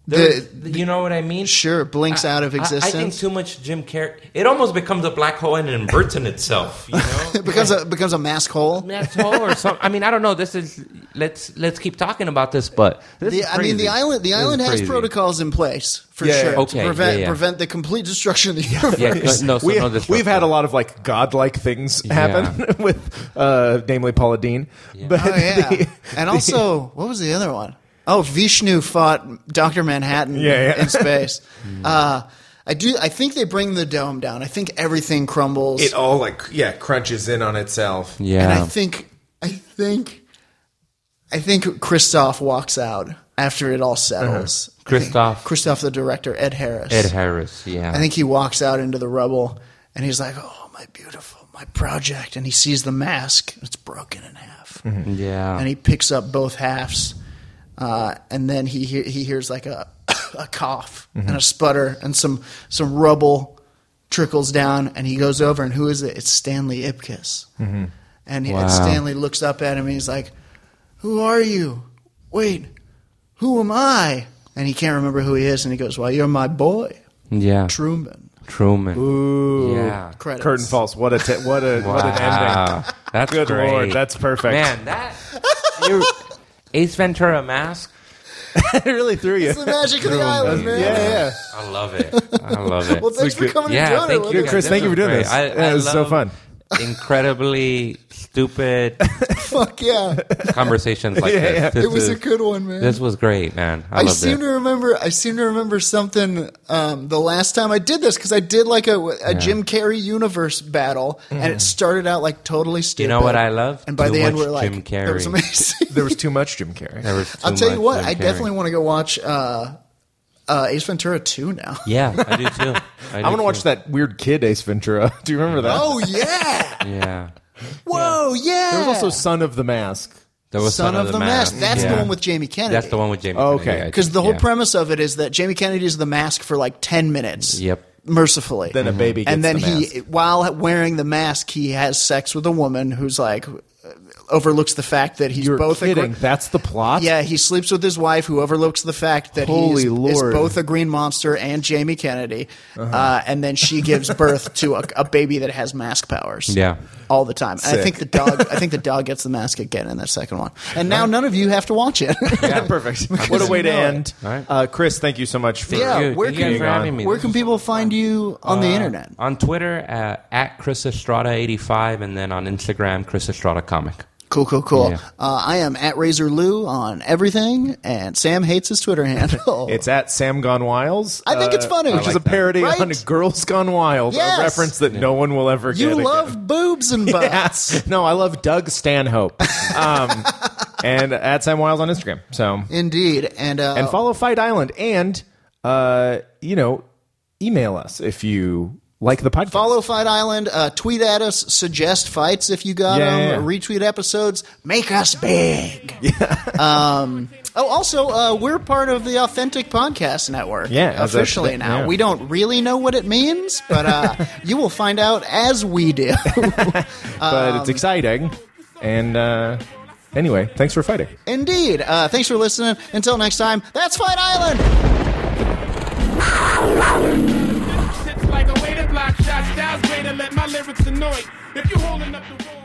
Speaker 4: There- you know what I mean?
Speaker 2: Sure, blinks out of
Speaker 4: I- I, think
Speaker 2: existence.
Speaker 4: too much Jim Carrey. It almost becomes a black hole and inverts in itself. You know,
Speaker 2: it becomes a becomes a mask hole.
Speaker 4: black hole or something. I mean, I don't know. This is let's let's keep talking about this, but this
Speaker 2: The,
Speaker 4: is
Speaker 2: I mean, the
Speaker 4: crazy.
Speaker 2: island the
Speaker 4: This is
Speaker 2: island has
Speaker 4: crazy.
Speaker 2: protocols in place for
Speaker 1: Yeah,
Speaker 2: sure
Speaker 1: yeah.
Speaker 4: Okay,
Speaker 2: to prevent
Speaker 4: yeah, yeah.
Speaker 2: prevent the complete destruction of the universe.
Speaker 4: Yeah, no, so
Speaker 1: we,
Speaker 4: no disruption.
Speaker 1: we've had a lot of like godlike things
Speaker 4: Yeah.
Speaker 1: happen with, uh, namely Paula Dean. But
Speaker 2: Oh yeah,
Speaker 1: the-
Speaker 2: and also what was the other one? Oh, Vishnu fought Doctor Manhattan
Speaker 1: Yeah, yeah.
Speaker 2: in space. uh, I do. I think they bring the dome down. I think everything crumbles.
Speaker 1: it all like yeah crunches in on itself.
Speaker 4: Yeah,
Speaker 2: And I think, I think, I think Kristoff walks out after
Speaker 1: Uh-huh.
Speaker 2: it all settles. I think
Speaker 4: Christoph.
Speaker 2: Christoph, the director, Ed Harris.
Speaker 4: Ed Harris. Yeah,
Speaker 2: I think he walks out into the rubble and he's like, "Oh, my beautiful, my project," and he sees the mask. It's broken in half,
Speaker 1: Mm-hmm.
Speaker 4: yeah.
Speaker 2: and he picks up both halves. Uh, and then he he, he hears like a a cough and a sputter and some some rubble trickles down and he goes over and who is it? It's Stanley Ipkiss. And, he, and
Speaker 4: Wow.
Speaker 2: Stanley looks up at him and he's like, "Who are you? Wait, who am I?" And he can't remember who he is and he goes, "Well, you're my boy,
Speaker 4: yeah.
Speaker 2: Truman."
Speaker 4: Truman.
Speaker 1: Ooh.
Speaker 4: Yeah.
Speaker 2: Credits.
Speaker 1: Curtain falls. What a te- what a what an ending.
Speaker 4: Wow. That's
Speaker 1: Good
Speaker 4: great.
Speaker 1: lord, that's perfect.
Speaker 4: Man, that you Ace Ventura mask.
Speaker 1: it really threw you.
Speaker 2: It's the magic of the island, man.
Speaker 1: Yeah, yeah.
Speaker 4: I love it. I love it.
Speaker 2: Well, thanks for
Speaker 1: good-
Speaker 2: coming
Speaker 4: yeah,
Speaker 2: and doing it.
Speaker 4: thank
Speaker 2: with
Speaker 4: you,
Speaker 2: us.
Speaker 4: guys.
Speaker 1: Chris, thank you
Speaker 4: was
Speaker 1: for doing
Speaker 4: great.
Speaker 1: this.
Speaker 4: I,
Speaker 1: Yeah,
Speaker 4: I
Speaker 1: it was so
Speaker 4: love
Speaker 1: fun.
Speaker 4: Incredibly stupid
Speaker 2: Fuck yeah,
Speaker 4: conversations like this. this.
Speaker 2: it was a
Speaker 4: is-
Speaker 2: good one, man.
Speaker 4: This was great, man. I,
Speaker 2: I
Speaker 4: loved
Speaker 2: seem
Speaker 4: it.
Speaker 2: to remember. I seem to remember something um, the last time I did this because I did like a, a Jim Carrey universe battle, and it started out like totally stupid.
Speaker 4: Mm-hmm. know what I love?
Speaker 2: And by
Speaker 4: Too
Speaker 2: the end,
Speaker 4: much
Speaker 2: we're like,
Speaker 4: Jim
Speaker 2: "That was
Speaker 4: Carrey."
Speaker 2: amazing."
Speaker 1: There was too much Jim Carrey.
Speaker 4: There was too
Speaker 2: I'll tell you
Speaker 4: much
Speaker 2: what,
Speaker 4: Jim
Speaker 2: I
Speaker 4: Carrey.
Speaker 2: definitely want to go watch uh, uh, Ace Ventura Two now.
Speaker 4: Yeah, I do too. I,
Speaker 1: I
Speaker 4: do
Speaker 1: want to
Speaker 4: too.
Speaker 1: watch that weird kid Ace Ventura. Do you remember that?
Speaker 2: Oh yeah!
Speaker 4: Yeah,
Speaker 2: Whoa yeah!
Speaker 1: there was also Son of the Mask.
Speaker 4: there was
Speaker 2: Son of the, Mask. That's
Speaker 4: Yeah.
Speaker 2: the one with Jamie Kennedy.
Speaker 4: That's the one with Jamie.
Speaker 1: Oh,
Speaker 4: Kennedy,
Speaker 1: okay.
Speaker 4: I
Speaker 2: Because
Speaker 4: think.
Speaker 2: the whole
Speaker 4: Yeah.
Speaker 2: premise of it is that Jamie Kennedy is the mask for like ten minutes.
Speaker 4: Yep. Mm-hmm.
Speaker 2: Mercifully,
Speaker 1: Then a baby gets
Speaker 2: and then
Speaker 1: the mask.
Speaker 2: he, while wearing the mask, he has sex with a woman who's like uh, overlooks the fact that he's
Speaker 1: You're
Speaker 2: both a
Speaker 1: kidding.
Speaker 2: gr-
Speaker 1: That's the plot.
Speaker 2: yeah, he sleeps with his wife, who overlooks the fact that
Speaker 1: Holy
Speaker 2: he is, is
Speaker 1: Lord. Uh-huh.
Speaker 2: both a green monster and Jamie Kennedy, uh and then she gives birth to a, a baby that has mask powers.
Speaker 4: Yeah.
Speaker 2: all the time. And I
Speaker 1: Sick.
Speaker 2: think the dog. I think the dog gets the mask again in that second one. And now none of you have to watch it.
Speaker 1: Yeah, perfect. what a way to
Speaker 2: you know it.
Speaker 1: end.
Speaker 4: All right.
Speaker 1: Uh, Chris, thank you so much for
Speaker 2: Yeah,
Speaker 4: Thank you.
Speaker 2: where
Speaker 4: Thank
Speaker 2: can
Speaker 4: you
Speaker 1: you
Speaker 4: guys for
Speaker 1: go?
Speaker 4: having me.
Speaker 2: Where
Speaker 4: This
Speaker 2: can
Speaker 4: was
Speaker 2: people find you on the
Speaker 4: Uh,
Speaker 2: internet?
Speaker 4: On Twitter, uh, at Chris Estrada 85, and then on Instagram, Chris Estrada Comic.
Speaker 2: Cool, cool, cool.
Speaker 4: Yeah.
Speaker 2: Uh, I am at Razor Lou on everything, and Sam hates his Twitter handle.
Speaker 1: It's at Sam Gone Wiles. uh,
Speaker 2: I think it's funny.
Speaker 1: which
Speaker 2: I
Speaker 1: is
Speaker 2: like
Speaker 1: a parody
Speaker 2: that.
Speaker 1: on
Speaker 2: Right?
Speaker 1: Girls Gone Wild,
Speaker 2: Yes.
Speaker 1: a reference that no one will ever get.
Speaker 2: you
Speaker 1: again.
Speaker 2: love boobs and butts.
Speaker 1: Yeah. No, I love Doug Stanhope. um, and at Sam Wiles on Instagram. So
Speaker 2: Indeed, and uh,
Speaker 1: and follow Fight Island and uh, you know, email us if you like the podcast.
Speaker 2: follow Fight Island. Uh, tweet at us, suggest fights if you got
Speaker 1: Yeah,
Speaker 2: them.
Speaker 1: yeah, yeah.
Speaker 2: Retweet episodes, make us big. Yeah. um, oh, also, uh, we're part of the Authentic Podcast Network.
Speaker 1: Yeah, as I
Speaker 2: officially
Speaker 1: said,
Speaker 2: now.
Speaker 1: yeah.
Speaker 2: We don't really know what it means, but uh, you will find out as we do.
Speaker 1: but it's exciting. And uh, anyway, thanks for fighting.
Speaker 2: Indeed. Uh, thanks for listening. Until next time, that's Fight Island.
Speaker 5: Sits like a waiter block shots, styles greater, let my lyrics annoy. If you holding up the wall.